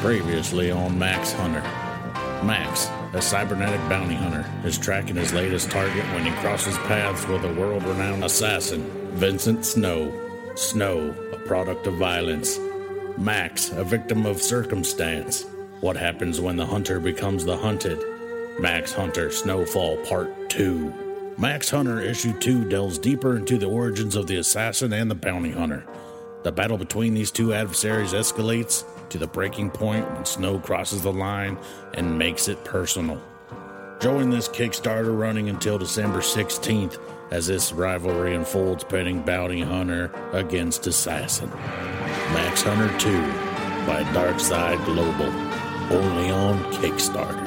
Previously on Max Hunter. Max, a cybernetic bounty hunter, is tracking his latest target when he crosses paths with a world renowned assassin, Vincent Snow. Snow, a product of violence. Max, a victim of circumstance. What happens when the hunter becomes the hunted? Max Hunter Snowfall Part 2. Max Hunter Issue 2 delves deeper into the origins of the assassin and the bounty hunter. The battle between these two adversaries escalates to the breaking point when Snow crosses the line and makes it personal. Join this Kickstarter running until December 16th as this rivalry unfolds pitting bounty hunter against assassin. Max Hunter 2 by Darkside Global, only on Kickstarter.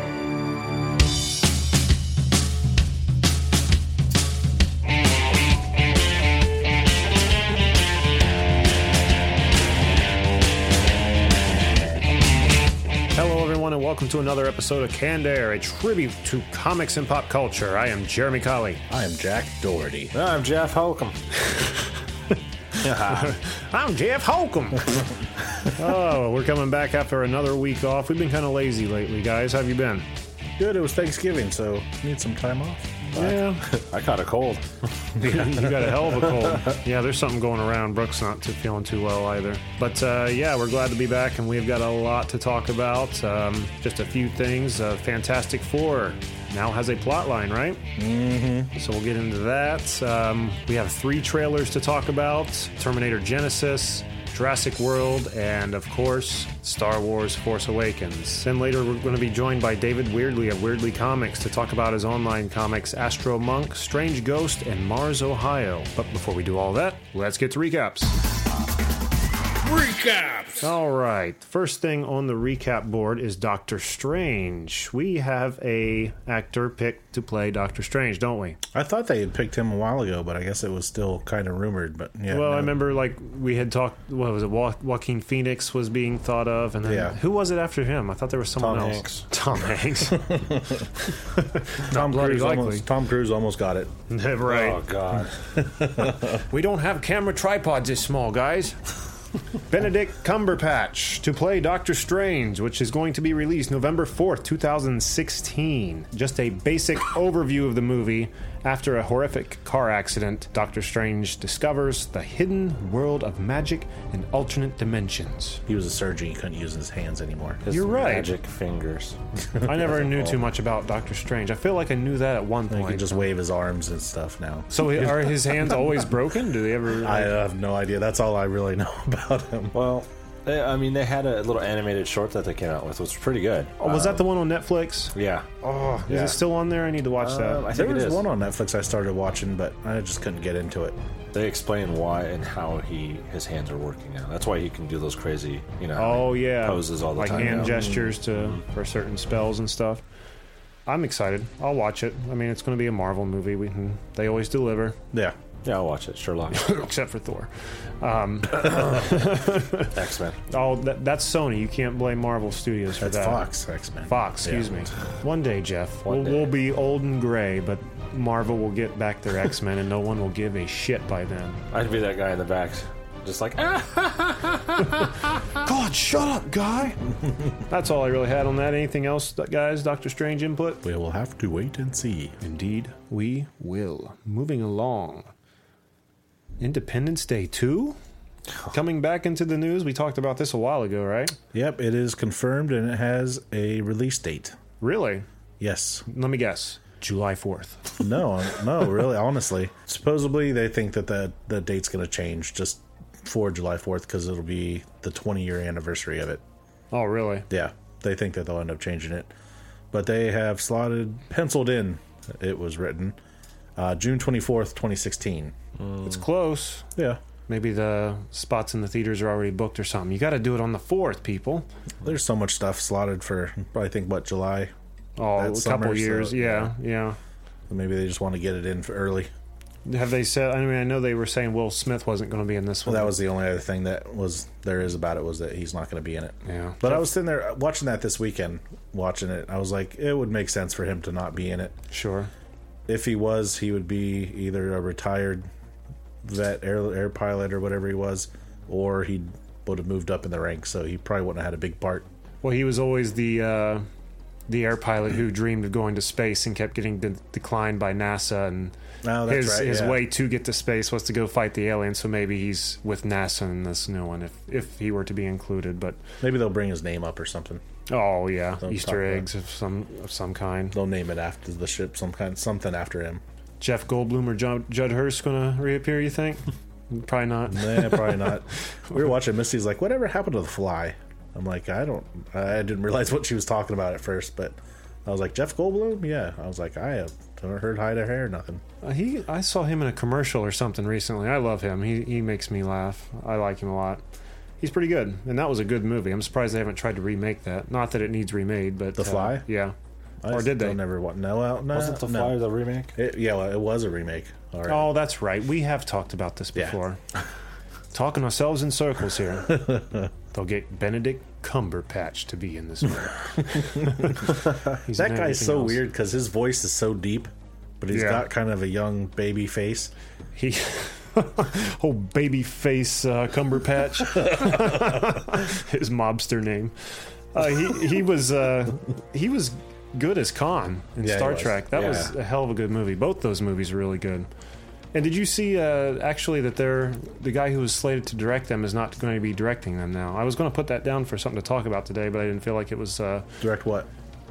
Hello, everyone, and welcome to another episode of Canned Air, a tribute to comics and pop culture. I am Jeremy Colley. I am Jack Doherty. I'm Jeff Holcomb. I'm Jeff Holcomb. oh, we're coming back after another week off. We've been kind of lazy lately, guys. How have you been? Good. It was Thanksgiving, so Need some time off? Yeah, I caught a cold. you got a hell of a cold. Yeah, there's something going around. Brooke's not too, feeling too well either. But uh, yeah, we're glad to be back, and we've got a lot to talk about. Um, just a few things. Uh, Fantastic Four now has a plot line, right? So we'll get into that. Um, we have three trailers to talk about Terminator Genesis, Jurassic World, and of course, Star Wars Force Awakens. And later, we're going to be joined by David Weirdly of Weirdly Comics to talk about his online comics Astro Monk, Strange Ghost, and Mars, Ohio. But before we do all that, let's get to recaps. Recaps! All right. First thing on the recap board is Doctor Strange. We have a actor picked to play Doctor Strange, don't we? I thought they had picked him a while ago, but I guess it was still kind of rumored. But yeah, Well, no. I remember like we had talked. What was it? Jo- Joaquin Phoenix was being thought of, and then Yeah. who was it after him? I thought there was someone Tom else. Hanks. Tom Hanks. Tom bloody Cruise likely. almost, Tom Cruise almost got it. right. God, We don't have camera tripods this small, guys. Benedict Cumberpatch to play Doctor Strange, which is going to be released November 4th, 2016. Just a basic overview of the movie. After a horrific car accident, Doctor Strange discovers the hidden world of magic and alternate dimensions. he was a surgeon; he couldn't use his hands anymore. You're right. Magic fingers. I never knew too much about Doctor Strange. I feel like I knew that at one he can point. just wave his arms and stuff now. so are his hands always broken? Do they ever? I have no idea. That's all I really know about him. Well, they, I mean, they had a little animated short that they came out with, which was pretty good. Uh, Oh, was that the one on Netflix? Yeah. Oh, is Yeah. it still on there? I need to watch Um, I that. There think it was is. one on Netflix I started watching, but I just couldn't get into it. They explain why and how he his hands are working now. That's why he can do those crazy, you know, Oh yeah, poses all the like time. Mm-hmm. hand now. gestures to for certain spells and stuff. I'm excited. I'll watch it. I mean, it's going to be a Marvel movie. We can, they always deliver, Yeah, Yeah, I'll watch it. Sherlock, except for Thor. X Men. Oh, that, that's Sony. You can't blame Marvel Studios for that's that. Fox X Men. Fox, excuse me. One day, Jeff, One we'll, day. we'll be old and gray, but Marvel will get back their X Men, and no one will give a shit by then. I'd be that guy in the back, just like ah. God, shut up, guy. That's all I really had on that. Anything else, th- guys? Doctor Strange input. We will have to wait and see. Indeed, we will. Moving along. Independence Day 2? Coming back into the news. We talked about this a while ago, right? Yep, it is confirmed and it has a release date. Really? Yes. Let me guess. July 4th. No, no, really, honestly. Supposedly, they think that the, the date's going to change just for July 4th because it'll be the 20 year anniversary of it. Oh, really? Yeah, they think that they'll end up changing it. But they have slotted, penciled in, it was written, uh, June 24th, 2016. It's close. Yeah. Maybe the spots in the theaters are already booked or something. You got to do it on the 4th, people. There's so much stuff slotted for, I think, what, July? Oh, That a summer, couple so- years. yeah, yeah. Maybe they just want to get it in for early. Have they said? I mean, I know they were saying Will Smith wasn't going to be in this one. That was the only other thing that was there is about it was that he's not going to be in it. Yeah. But I was sitting there watching that this weekend, watching it. I was like, it would make sense for him to not be in it. sure. If he was, he would be either a retired vet air, air pilot or whatever he was, or he would have moved up in the ranks. So he probably wouldn't have had a big part. Well, he was always the uh, the air pilot who dreamed of going to space and kept getting de- declined by NASA. And Oh, that's his right, his yeah. way to get to space was to go fight the aliens. So maybe he's with NASA in this new one if if he were to be included. But Maybe they'll bring his name up or something. oh yeah, talk Easter about it. eggs of some of some kind. They'll name it after the ship, some kind, something after him. Jeff Goldblum or Jud, Judd Hurst gonna reappear? You think? Probably not. Nah, probably not. We were watching Misty's like, whatever happened to the fly? I'm like, I don't, I didn't realize what she was talking about at first, but I was like, Jeff Goldblum? Yeah. I was like, I have never heard hide or hair, nothing. Uh, He, I saw him in a commercial or something recently. I love him. He, he makes me laugh. I like him a lot. He's pretty good, and that was a good movie. I'm surprised they haven't tried to remake that. Not that it needs remade, but uh, The Fly? yeah. or I did still they? Never wa- No, well, no. Wasn't the no. Fly the remake? It, yeah, well, it was a remake. All right. Oh, that's right. We have talked about this Yeah. before. Talking ourselves in circles here. They'll get Benedict Cumberpatch to be in this movie. He's in that guy's everything so else. weird because his voice is so deep, but he's Yeah. got kind of a young baby face. He. Oh, baby face uh, Cumberpatch. His mobster name. Uh, he he was uh, he was good as Khan in Yeah, he Star was. Trek. That was Yeah. a hell of a good movie. Both those movies are really good. And did you see uh, actually that they're the guy who was slated to direct them is not going to be directing them now? I was going to put that down for something to talk about today, but I didn't feel like it was uh, Direct what?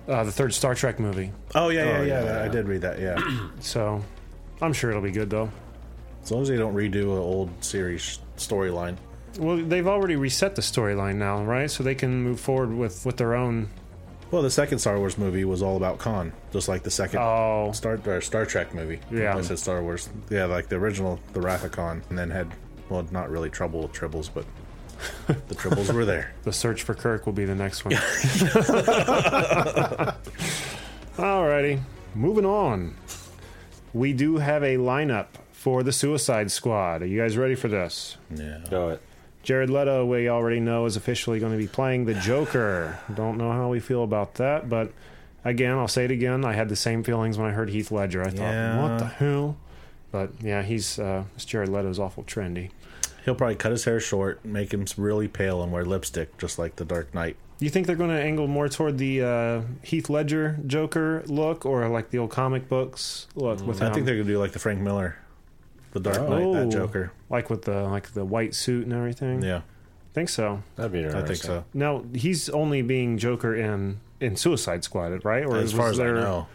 uh, the third Star Trek movie. Oh, yeah, yeah, yeah, yeah, that- I yeah. did read that, yeah. So I'm sure it'll be good though. as long as they don't redo an old series storyline. Well, they've already reset the storyline now, right? So they can move forward with with their own. Well, the second Star Wars movie was all about Khan, just like the second Oh, Star or Star Trek movie. Yeah. I said Star Wars. Yeah, like the original, the Wrath of Khan, and then had well, not really trouble with tribbles, but the tribbles were there. the search for Kirk will be the next one. Alrighty, moving on. We do have a lineup for the Suicide Squad. Are you guys ready for this? Yeah, Go it. Jared Leto, we already know, is officially going to be playing the Joker. Don't know how we feel about that, but again, I'll say it again. I had the same feelings when I heard Heath Ledger. I thought, Yeah. what the hell? But yeah, he's uh, this Jared Leto's awful trendy. he'll probably cut his hair short, make him really pale, and wear lipstick, just like the Dark Knight. You think they're going to angle more toward the uh, Heath Ledger Joker look, or like the old comic books look? With I him? think they're gonna do like the Frank Miller, the Dark Knight, Oh. that Joker. like with the like the white suit and everything. Yeah, think so. That'd be I interesting. think so. Now he's only being Joker in in Suicide Squad, right? Or As far was as there- Hmm. I know,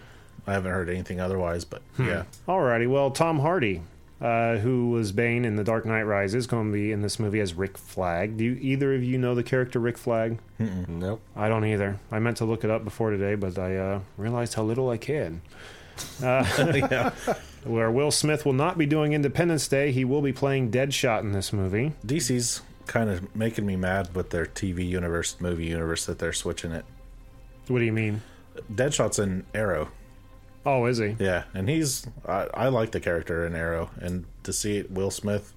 I haven't heard anything otherwise. But yeah, Alrighty, well, Tom Hardy, uh, who was Bane in The Dark Knight Rises, is going to be in this movie as Rick Flag. Do you, either of you know the character Rick Flag? Nope. I don't either. I meant to look it up before today, but I uh, realized how little I can. Uh, yeah. Where Will Smith will not be doing Independence Day, he will be playing Deadshot in this movie. DC's kind of making me mad with their TV universe, movie universe that they're switching it. What do you mean? Deadshot's in Arrow. Oh, is he? Yeah, and he's I, I like the character in Arrow, and to see it Will Smith,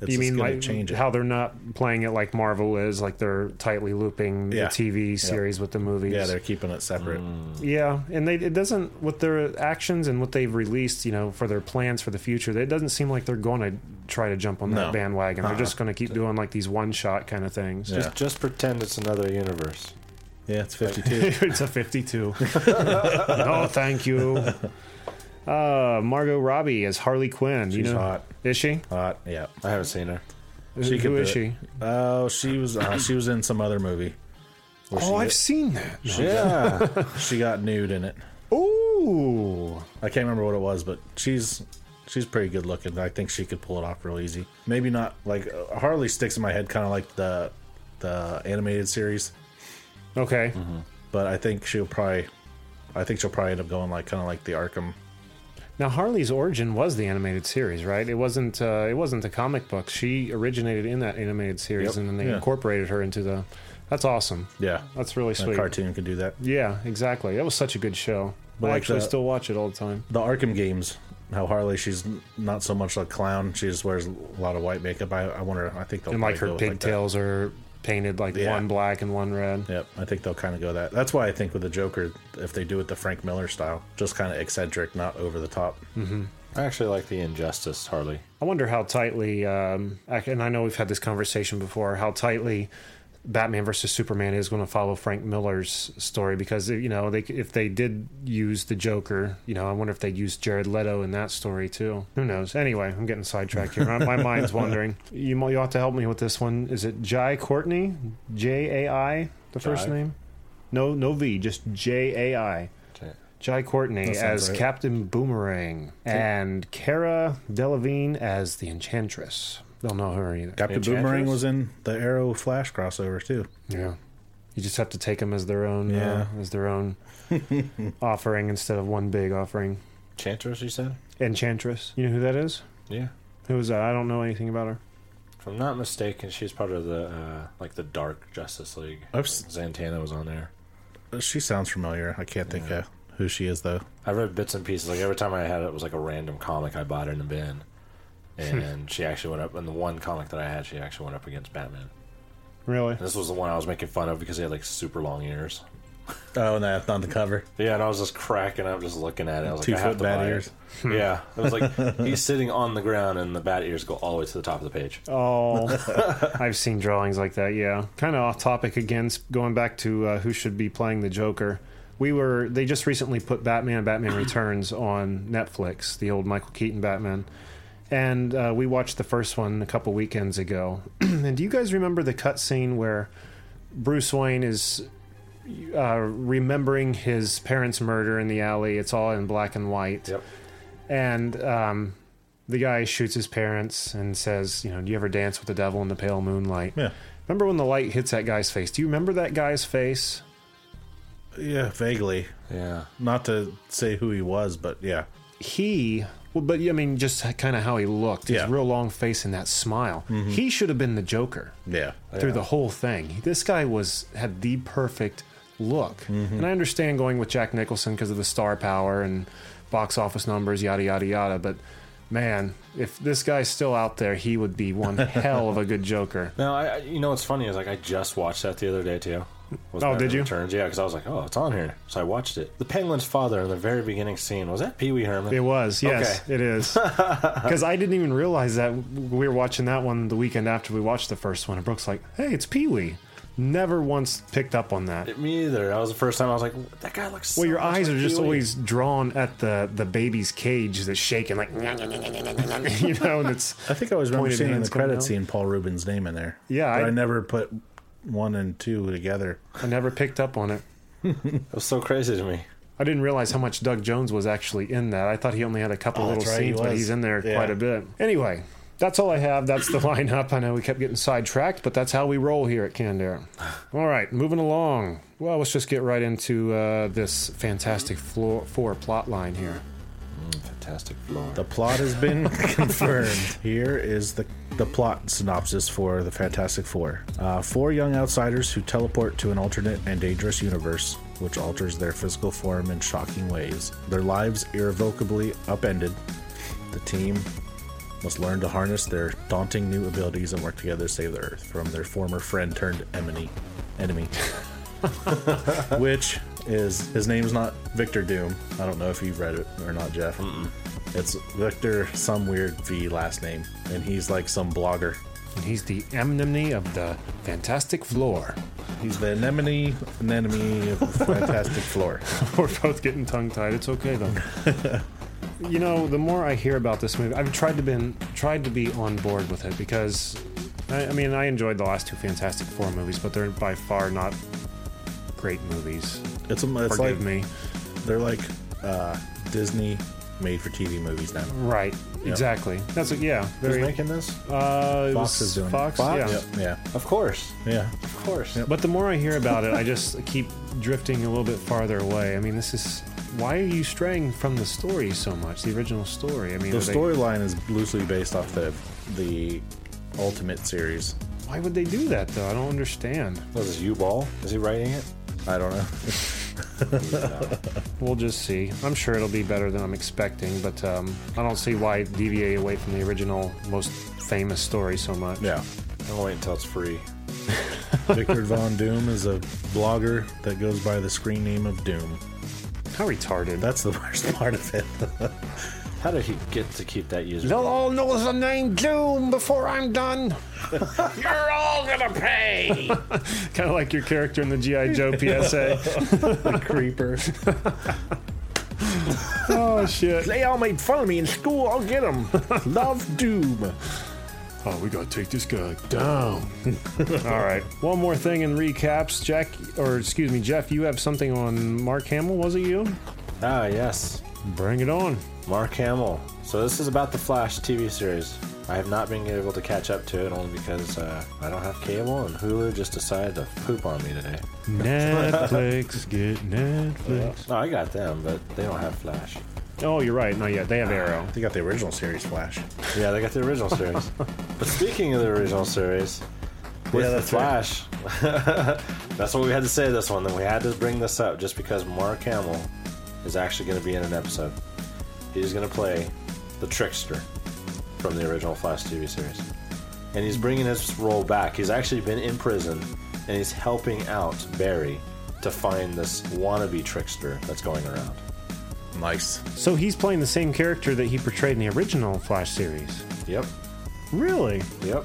it's You just mean gonna like change it. how they're not playing it like Marvel is, like they're tightly looping Yeah. the TV series with the movies. yeah, they're keeping it separate. Yeah, and they, it doesn't with their actions and what they've released, you know, for their plans for the future. It doesn't seem like they're going to try to jump on that No. Uh-uh. bandwagon. They're just going to keep doing like these one shot kind of things. Yeah. Just just pretend it's another universe. Yeah, it's fifty two. it's a fifty-two. no, thank you. Uh, Margot Robbie as Harley Quinn. you She's know, hot. is she? Hot, Uh, yeah. I haven't seen her. Who- could who do is it. she? Oh, she was uh, she was in some other movie. where Oh, she, I've seen that. Yeah. she got nude in it. Ooh, I can't remember what it was, but she's she's pretty good looking. I think she could pull it off real easy. Maybe not like uh, Harley sticks in my head, kind of like the the animated series. okay. Mm-hmm. But I think she'll probably, I think she'll probably end up going like kind of like the Arkham Now Harley's origin was the animated series, right? It wasn't uh, it wasn't the comic book. She originated in that animated series, Yep. and then they Yeah. incorporated her into the. That's awesome. Yeah, That's really a sweet. cartoon can do that. Yeah, exactly. That was such a good show. But I like actually the- still watch it all the time. The Arkham games how Harley she's n- not so much a clown. She just wears a lot of white makeup. I, I wonder. I think they'll And like her probably go with that. pigtails are painted like Yeah. one black and one red. Yep, I think they'll kind of go that. That's why I think with the Joker, if they do it the Frank Miller style, just kind of eccentric, not over the top. I actually like the injustice Harley. I wonder how tightly, um, ac- and I know we've had this conversation before, how tightly Batman versus Superman is going to follow Frank Miller's story because you know they c- if they did use the Joker, you know I wonder if they'd use Jared Leto in that story too. Who knows? Anyway, I'm getting sidetracked here. My, my mind's wandering. You mo- you have to help me with this one. Is it Jai Courtney? J A I the first Jai. name? No, no V, just J A I. J- Jai Courtney sounds as right. Captain Boomerang and Cara Delevingne as the Enchantress. Don't know her either. Captain Enchantress? Boomerang was in the Arrow Flash crossover too. Yeah, you just have to take them as their own, uh, Yeah. as their own offering instead of one big offering. Chantress, you said? Enchantress. You know who that is? Yeah. Who is that? I don't know anything about her. If I'm not mistaken, she's part of the uh, like the Dark Justice League. I've s- Santana was on there. She sounds familiar. I can't think of who she is though. I read bits and pieces. Like every time I had it, it was like a random comic I bought in a bin, Hmm. and she actually went up. And the one comic that I had, she actually went up against Batman. Uh, Really? And this was the one I was making fun of because he had like super long ears. Oh, and that's on the cover. Yeah, and I was just cracking up, just looking at it. I was like, Two I have foot to bat buy it. ears. Yeah, it was like he's sitting on the ground, and the bat ears go all the way to the top of the page. Oh, I've seen drawings like that. Yeah, kind of off topic again. s- Going back to uh, who should be playing the Joker, we were. They just recently put Batman: Batman Returns on Netflix, the old Michael Keaton Batman, and uh, we watched the first one a couple weekends ago. and do you guys remember the cutscene where Bruce Wayne is uh, remembering his parents' murder in the alley? It's all in black and white Yep. and um, the guy shoots his parents and says, "You know, do you ever dance with the devil in the pale moonlight?" Yeah. Remember when the light hits that guy's face? Do you remember that guy's face? Yeah, vaguely. Yeah. Not to say who he was, but yeah, He, well, but I mean, just kind of how he looked, his Yeah. Mm-hmm. real long face and that smile. He should have been the Joker yeah. through the whole thing. This guy was had the perfect look, and I understand going with Jack Nicholson because of the star power and box office numbers, yada yada yada. But man, if this guy's still out there, he would be one hell of a good Joker. No, I, I- you know what's funny is like I just watched that the other day too. Was Oh, Batman did you? Returns, yeah, because I was like, oh, it's on here, so I watched it. The Penguin's father in the very beginning scene was that Pee Wee Herman? It was, yes, Okay. it is. Because I didn't even realize that we were watching that one the weekend after we watched the first one, and Brooks like, "Hey, it's Pee Wee." Never once picked up on that. Me either. That was the first time I was like, that guy looks. Well, so your much eyes like are just Pee-wee. always drawn at the the baby's cage that's shaking, like you know, and it's I think I always remember Pointed seeing in hands the coming credits out. seeing Paul Rubin's name in there. Yeah, but I, I- never put one and two together. I never picked up on it. It was so crazy to me. I didn't realize how much Doug Jones was actually in that. I thought he only had a couple little Oh, that's right, he scenes, but was. he's in there Yeah. quite a bit. Anyway, that's all I have. That's the lineup. I know we kept getting sidetracked, but that's how we roll here at Candare. All right, moving along. Well, let's just get right into uh, this fantastic floor, four plot line here. Fantastic floor. The plot has been confirmed. Here is the, the plot synopsis for the Fantastic Four. Uh, four young outsiders who teleport to an alternate and dangerous universe, which alters their physical form in shocking ways. Their lives irrevocably upended. The team must learn to harness their daunting new abilities and work together to save the Earth from their former friend turned enemy. Enemy. which is his name's not Victor Doom. I don't know if you've read it or not, Jeff. It's Victor, some weird V last name, and he's like some blogger. And he's the anemone of the fantastic floor. He's the anemone, anemone of the fantastic floor. We're both getting tongue tied. It's okay though. you know, the more I hear about this movie, I've tried to been tried to be on board with it because, I, I mean, I enjoyed the last two Fantastic Four movies, but they're by far not great movies. It's, a- it's like Forgive me. they're like uh, Disney made-for-TV movies now. Right. Exactly. That's a, yeah. Who's Very. making this? Uh, it Fox was is doing it. Fox. Fox? Yeah. Yep, yeah, Of course, yeah. of course. But the more I hear about it, I just keep drifting a little bit farther away. I mean, this is why are you straying from the story so much? The original story. I mean, The are they- storyline is loosely based off the the Ultimate series. why would they do that though? I don't understand. Was this U Ball? Is he writing it? I don't know. We'll just see. I'm sure it'll be better than I'm expecting, but um, I don't see why deviate away from the original, most famous story so much. Yeah. I'll wait until it's free. Victor Von Doom is a blogger that goes by the screen name of Doom. How retarded. That's the worst part of it. How did he get to keep that user? They'll all know the name Doom before I'm done. You're all gonna pay! kind of like your character in the G.I. Joe PSA. the creeper. oh, shit. They all made fun of me in school. I'll get them. Love Doom. Oh, we gotta take this guy down. All right. One more thing in recaps, Jack, or excuse me, Jeff. You have something on Mark Hamill, was it you? Ah, yes. Bring it on. Mark Hamill. So this is about the Flash TV series. I have not been able to catch up to it only because uh, I don't have cable and Hulu just decided to poop on me today. Netflix, get Netflix. No, Oh, I got them, but they don't have Flash. Oh, you're right. Not yet. They have Arrow. They got the original series Flash. Yeah, they got the original series. but speaking of the original series, with Yeah, the that's right. Flash, that's what we had to say this one. Then we had to bring this up just because Mark Hamill is actually going to be in an episode. He's going to play the trickster from the original Flash TV series, and he's bringing his role back. He's actually been in prison, and he's helping out Barry to find this wannabe trickster that's going around. Nice. So he's playing the same character that he portrayed in the original Flash series. Yep, Really? yep.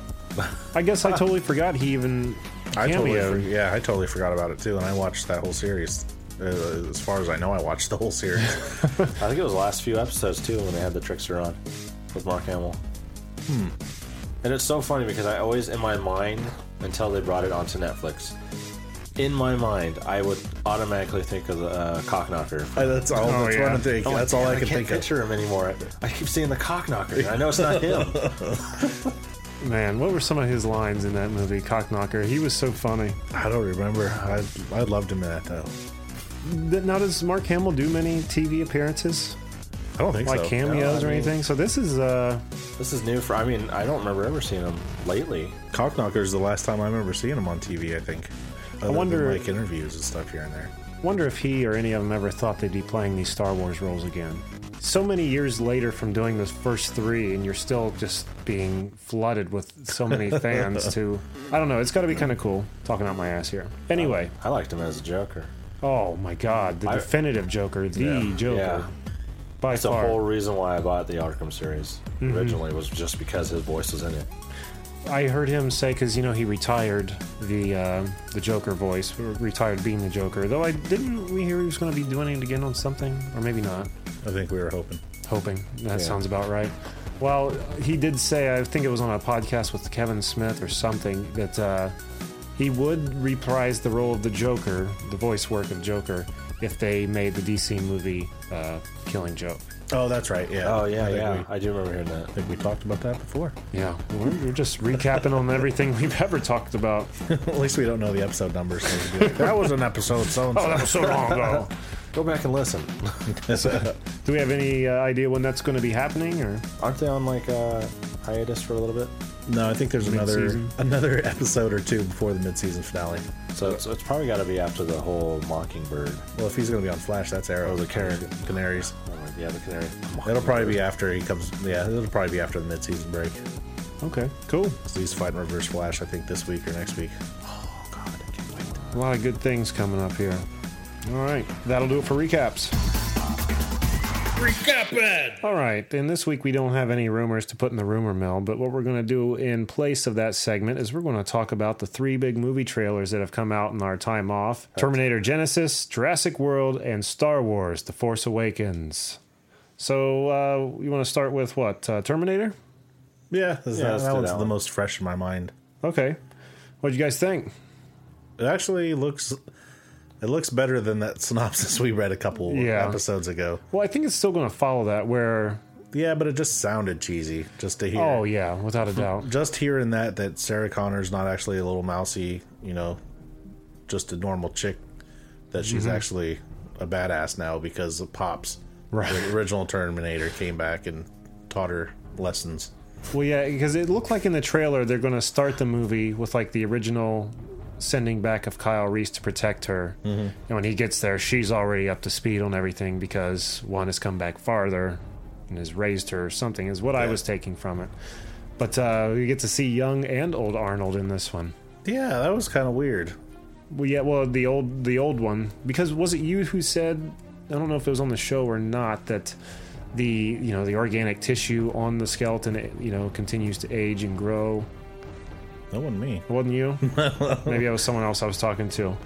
I guess I totally forgot he even I totally, cameoed. for- yeah, I totally forgot about it too, and I watched that whole series. Uh, As far as I know, I watched the whole series. I think it was the last few episodes too when they had the trickster on with Mark Hamill. Hmm. And it's so funny because I always, in my mind, until they brought it onto Netflix, in my mind, I would automatically think of the uh, cock knocker. Uh, that's all. Oh, that's yeah. what I'm thinking. I'm like, that's all "Man, I can can't think of. picture him anymore. I keep seeing the cock knocker. and I know it's not him. Man, what were some of his lines in that movie, Cockknocker? He was so funny. I don't remember. I I loved him in that though. Th- Now, does Mark Hamill do many TV appearances, I don't think like so. No, I cameos or mean- anything? So this is uh, this is new for. I mean, I don't remember ever seeing him lately. Cockknocker is the last time I remember seeing him on TV. I think. Other than, wonder- like interviews and stuff here and there. Wonder if he or any of them ever thought they'd be playing these Star Wars roles again. So many years later from doing those first three, and you're still just being flooded with so many fans to. I don't know, it's got to be kind of cool talking out my ass here. Anyway, I liked him as a Joker. oh my god, the I- definitive Joker, the Joker. Yeah. By That's the far. whole reason why I bought the Arkham series Mm-hmm. originally was just because his voice was in it. I heard him say because you know he retired the uh, the Joker voice, or retired being the Joker. Though I didn't we hear he was going to be doing it again on something, or maybe not. I think we were hoping. Hoping that sounds about right. Well, he did say I think it was on a podcast with Kevin Smith or something that uh, he would reprise the role of the Joker, the voice work of Joker, if they made the DC movie uh, Killing Joke. Oh, that's right. Yeah. Oh yeah, I think yeah. We, I do remember hearing that. I think we talked about that before. Yeah, we're, we're just recapping on everything we've ever talked about. At least we don't know the episode numbers. So we'd be like, that was an episode. So and so. Oh, was so long ago. Go back and listen. Do we have any uh, idea when that's going to be happening? Or Aren't they on like uh, hiatus for a little bit? No, I think there's another Mid-season. another episode or two before the mid-season finale. So it's, it's probably got to be after the whole Mockingbird. Well, if he's going to be on Flash, that's Arrow. Oh, the Canary- Canaries. Oh, yeah, the Canary. It'll probably be after he comes. Yeah, it'll probably be after the mid-season break. okay, cool. 'Cause he's fighting Reverse Flash, I think, this week or next week. Oh God, I can't wait. A lot of good things coming up here. All right, that'll do it for recaps. Recap it! All right, and this week we don't have any rumors to put in the rumor mill, but what we're going to do in place of that segment is we're going to talk about the three big movie trailers that have come out in our time off Terminator Genesis, Jurassic World, and Star Wars The Force Awakens. So, uh, you want to start with what? Uh, Terminator? Yeah, that's- Yeah, that, let's that do one's that the one. most fresh in my mind. Okay. What'd you guys think? It actually looks. It looks better than that synopsis we read a couple Yeah. episodes ago. Well, I think it's still going to follow that where Yeah, but it just sounded cheesy just to hear. Oh yeah, without a doubt. just hearing that that Sarah Connor's not actually a little mousy, you know, just a normal chick, that she's Mm-hmm. actually a badass now because of Pops, Right. the original Terminator, came back and taught her lessons. Well, yeah, because it looked like in the trailer they're going to start the movie with like the original sending back of Kyle Reese to protect her. And when he gets there, she's already up to speed on everything because one has come back farther and has raised her or something, is what I was taking from it. But uh, we get to see young and old Arnold in this one. Yeah, that was kind of weird. Well, yeah, well, the old the old one because was it you who said I don't know if it was on the show or not that the you know the organic tissue on the skeleton you know continues to age and grow. That wasn't me. It wasn't you? Maybe it was someone else I was talking to.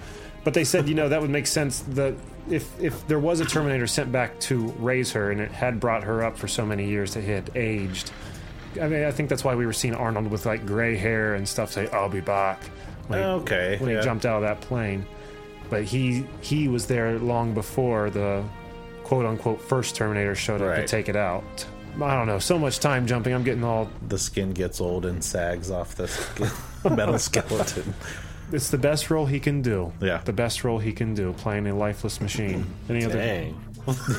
But they said, you know, that would make sense that if if there was a Terminator sent back to raise her and it had brought her up for so many years that it had aged. I mean, I think that's why we were seeing Arnold with like gray hair and stuff say, I'll be back. When he- Okay, When yeah. he jumped out of that plane. But he he was there long before the quote unquote first Terminator showed up to Right. take it out. I don't know, so much time jumping, I'm getting all The skin gets old and sags off the skin- metal skeleton. It's the best role he can do. Yeah. The best role he can do, playing a lifeless machine. Any other? Dang.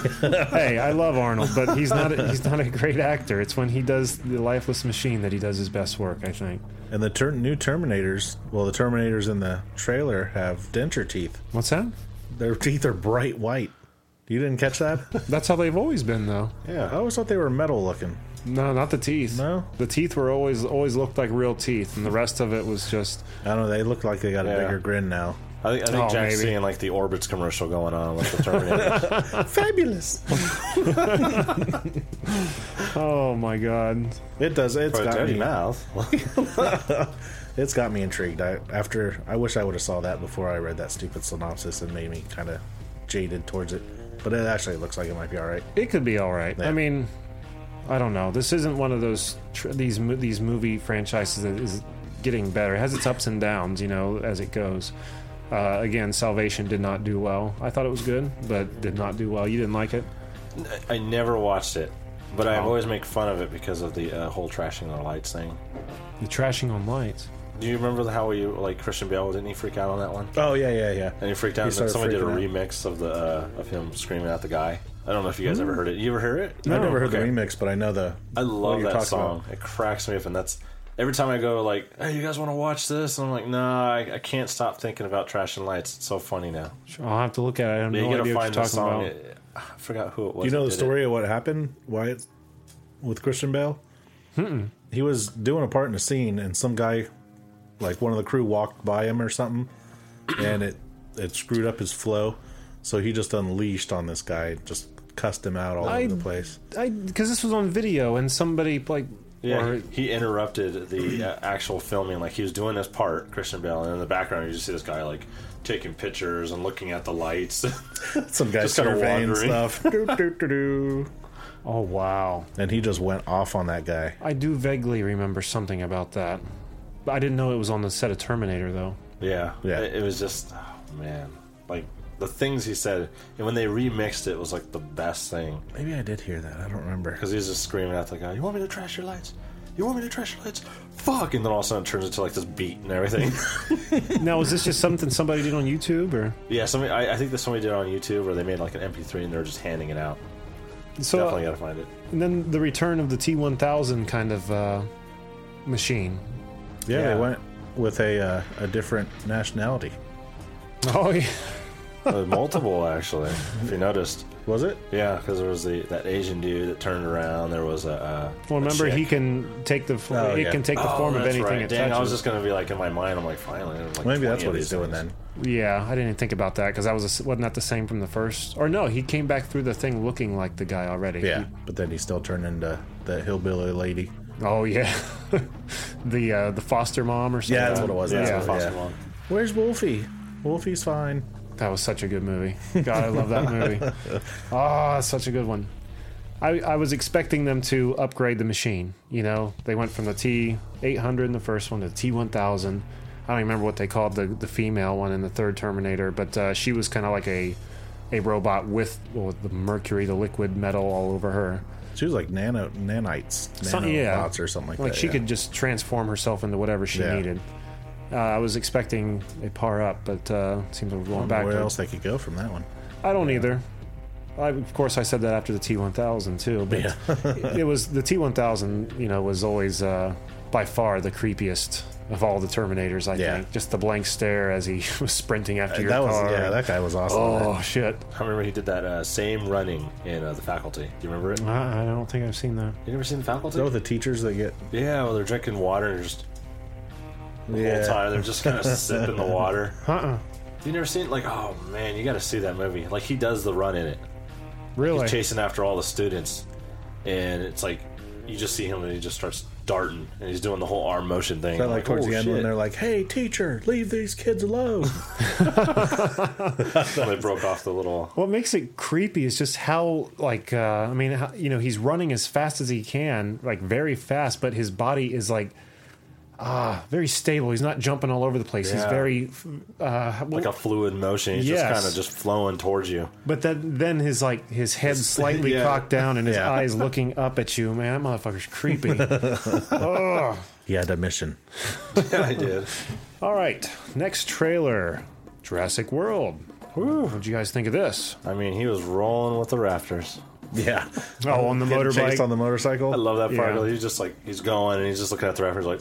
Hey, I love Arnold, but he's not a, he's not a great actor. It's when he does the lifeless machine that he does his best work, I think. And the ter- new Terminators, well, the Terminators in the trailer have denture teeth. What's that? Their teeth are bright white. You didn't catch that? That's how they've always been though. yeah, I always thought they were metal looking. No, not the teeth. No? The teeth were always always looked like real teeth and the rest of it was just I don't know. They look like they got a Yeah. bigger grin now. I think, I think Oh, Jack's maybe. seeing like the Orbits commercial going on with the Terminator. Fabulous. Oh my god. It does. It's For a got dirty me. mouth. It's got me intrigued. I after I wish I would have saw that before I read that stupid synopsis and made me kind of jaded towards it. But it actually looks like it might be all right. It could be all right. I Yeah. mean, I don't know. This isn't one of those tr- these mo- these movie franchises that is getting better. It has its ups and downs, you know, as it goes. Uh, again, Salvation did not do well. I thought it was good, but did not do well. You didn't like it. I never watched it, but I always make fun of it because of the uh, whole trashing the lights thing. The trashing on lights. Do you remember how we like Christian Bale? Didn't he freak out on that one? Oh yeah, yeah, yeah. And he freaked out. He and then started somebody did a freaking remix of the uh, of him screaming at the guy. I don't know if you guys ever heard it. You ever hear it? Hmm. I never heard Okay. the remix, but I know the. I what love you're that talking song. about. It cracks me up, and that's every time I go like, "Hey, you guys want to watch this?" And I'm like, "Nah, I, I can't stop thinking about Trash and Lights. It's so funny now." Sure, I'll have to look at it. I have Yeah, you no gotta idea what find you're the talking song. about. It- I forgot who it was. You know that the did it. story of what happened? Why it with Christian Bale? He was doing a part in a scene, and some guy, like one of the crew, walked by him or something, and it it screwed up his flow. So he just unleashed on this guy, just cussed him out all I- over the place. Because this was on video, and somebody like, Yeah, or- he interrupted the uh, actual filming. Like he was doing his part, Christian Bale, and in the background you just see this guy like taking pictures and looking at the lights. Some guy Just kinda surveying wandering. stuff, Doo, doo, doo, doo. oh wow. and he just went off on that guy. I do vaguely remember something about that. But I didn't know it was on the set of Terminator though. yeah, Yeah. It, it was just, oh, man, like the things he said, and when they remixed it, it was like the best thing Maybe I did hear that. I don't remember. because he's just screaming at the guy, "You want me to trash your lights? You want me to trash your lights? Fuck!" And then all of a sudden it turns into like this beat and everything. Now, was this just something somebody did on YouTube, or yeah, somebody, I, I think that somebody did it on YouTube where they made like an MP3 and they were just handing it out. so? Definitely gotta find it. And then the return of the T1000 kind of uh, machine. Yeah, Yeah. they went with a uh, a different nationality. Oh yeah, Uh, multiple actually, if you noticed. Was it? Yeah, because there was the that Asian dude that turned around. There was a. Uh, well, remember a he chick. can take the fo- Oh, it yeah. can take the Oh, form of that's anything right. it Dang, touches. I was just gonna be like in my mind. I'm like, finally. there's like Maybe 20 that's of what these he's doing things. then. Yeah, I didn't think about that because I was ass- wasn't that the same from the first? Or no, he came back through the thing looking like the guy already. Yeah, but then he still turned into that hillbilly lady. He- oh yeah, the uh, the foster mom or something. Yeah, that's what it was. Yeah, That's yeah. what- Foster yeah. mom. Where's Wolfie? Wolfie's fine. That was such a good movie. God, I love that movie. Ah, such a good one. I, I was expecting them to upgrade the machine. You know, they went from the T eight hundred in the first one to the T one thousand. I don't remember what they called the, the female one in the third Terminator, but uh, she was kind of like a a robot with well, the mercury, the liquid metal all over her. She was like nano nanites, Some- nanobots or something like, that. Like she yeah. could just transform herself into whatever she Yeah. needed. Uh, I was expecting a par up, but uh, seems like we're going Where backwards. else they could go from that one? I don't either. I, of course, I said that after the T1000 too, but it was the T1000. You know, was always uh, by far the creepiest of all the Terminators, I Yeah. Uh, think. Just the blank stare as he was sprinting after your that was car. yeah, that guy was awesome. oh, shit. I remember he did that uh, same running in uh, the faculty. Do you remember it? Uh, I, I don't think I've seen that. You never seen the faculty? Go with the teachers that get Yeah, well, they're drinking water and just the Yeah. whole time they're just kind of sipping the water. Uh-uh. You never seen like, oh man, you got to see that movie. Like he does the run in it, Really? chasing after all the students, and it's like you just see him and he just starts darting and he's doing the whole arm motion thing. that I'm like towards oh, the end when shit. they're like, "Hey, teacher, leave these kids alone." they broke off the little. What makes it creepy is just how, like, uh, I mean, how, you know, he's running as fast as he can, like very fast, but his body is like ah very stable. He's not jumping all over the place. He's Yeah. very, uh, Like a fluid motion, he's Yes. just kind of just flowing towards you. but then then his like his head slightly yeah. cocked down and his Yeah. eyes looking up at you. Man, that motherfucker's creepy. Ugh. he had a mission. Yeah, I did. All right, next trailer, Jurassic World. What'd you guys think of this? I mean, he was rolling with the rafters. Yeah, Oh, on the Getting chased motorbike. on the motorcycle. I love that part. Yeah. He's just like he's going and he's just looking at the rafters like,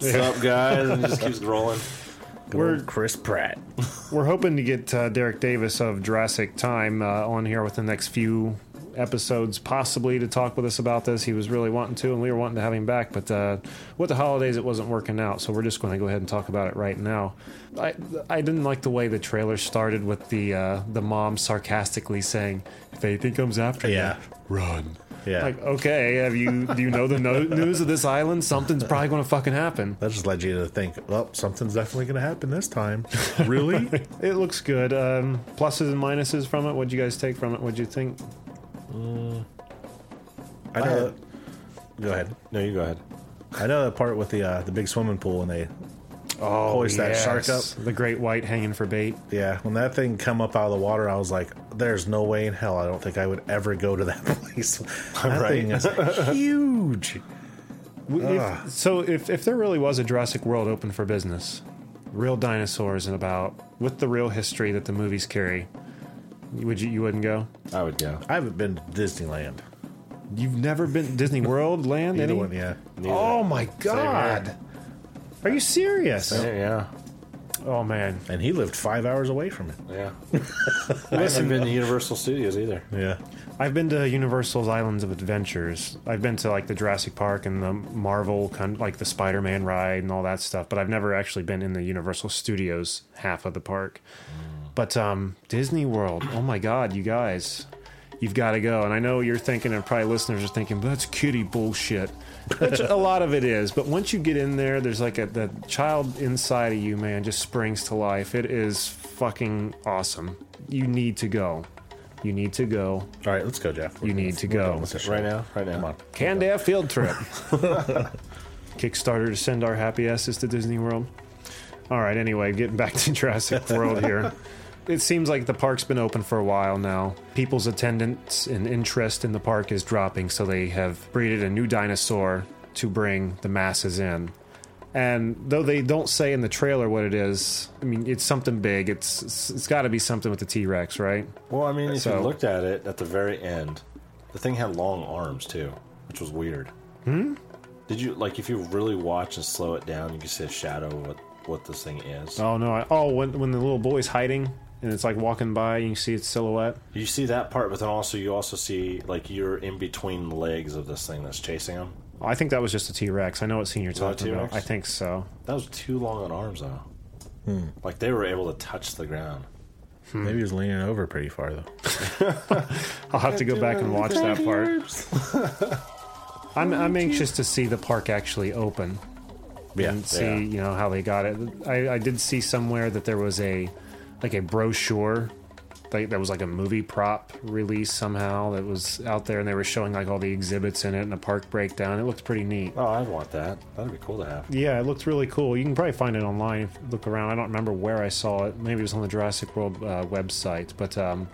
"What's up, guys?" And he just keeps rolling. We're Chris Pratt. We're hoping to get uh, Derek Davis of Jurassic Time uh, on here within the next few episodes, possibly to talk with us about this. He was really wanting to, and we were wanting to have him back, but uh, with the holidays, it wasn't working out. So we're just going to go ahead and talk about it right now. I I didn't like the way the trailer started with the uh, the mom sarcastically saying, "If anything comes after Yeah. you, run." Yeah, Like, okay, have you do you know the no- news of this island? Something's probably going to fucking happen. that just led you to think, well, something's definitely going to happen this time. Really? It looks good. Um, pluses and minuses from it. What'd you guys take from it? What'd you think? I know. go ahead. No, you go ahead. I know that part with the uh, the big swimming pool when they Oh, hoist that shark up. The great white hanging for bait. Yeah, when that thing come up out of the water, I was like, "There's no way in hell I don't think I would ever go to that place." That Right. thing is huge. We- Ah. if- so if, if there really was a Jurassic World open for business, real dinosaurs and about with the real history that the movies carry, you- would you you wouldn't go? I would go. I haven't been to Disneyland. You've never been Disney World land? any? Either one, yeah. Oh my god. Are you serious? Yeah, Oh man. And he lived five hours away from it. yeah. I haven't been to Universal Studios either. Yeah, I've been to Universal's Islands of Adventures. I've been to like the Jurassic Park and the Marvel, kind like the Spider Man ride and all that stuff, but I've never actually been in the Universal Studios half of the park. But um, Disney World, oh my God, you guys, you've got to go. And I know you're thinking, and probably listeners are thinking, that's kiddie bullshit. Which a lot of it is. But once you get in there, there's like a the child inside of you, man, just springs to life. It is fucking awesome. You need to go. You need to go. All right, let's go, Jeff. You need to we're go. done with this Right show. now, right now. Come on. Candair field trip. Kickstarter to send our happy asses to Disney World. All right, anyway, getting back to Jurassic World here. It seems like the park's been open for a while now. People's attendance and interest in the park is dropping, so they have breeded a new dinosaur to bring the masses in. And though they don't say in the trailer what it is, I mean, it's something big. It's it's, it's got to be something with the T Rex, right? Well, I mean, if So- you looked at it at the very end, the thing had long arms too, which was weird. Hmm. Did you like if you really watch and slow it down, you can see a shadow of what what this thing is. Oh no! I, oh, when when the little boy's hiding and it's like walking by, and you see its silhouette. You see that part, but then also you also see like you're in between the legs of this thing that's chasing him. I think that was just a T Rex. I know what scene you're that a talking about. T-Rex? I think so. That was too long on arms though. Like they were able to touch the ground. Hmm. Maybe he was leaning over pretty far though. I'll have to go back and watch that part. I'm I'm anxious to see the park actually open Yeah, and see you know how they got it. I, I did see somewhere that there was a like a brochure like that was like a movie prop release somehow that was out there and they were showing like all the exhibits in it and a park breakdown. It looked pretty neat. Oh, I'd want that. That'd be cool to have. Yeah, it looked really cool. You can probably find it online. If you look around. I don't remember where I saw it. Maybe it was on the Jurassic World uh, website. But um,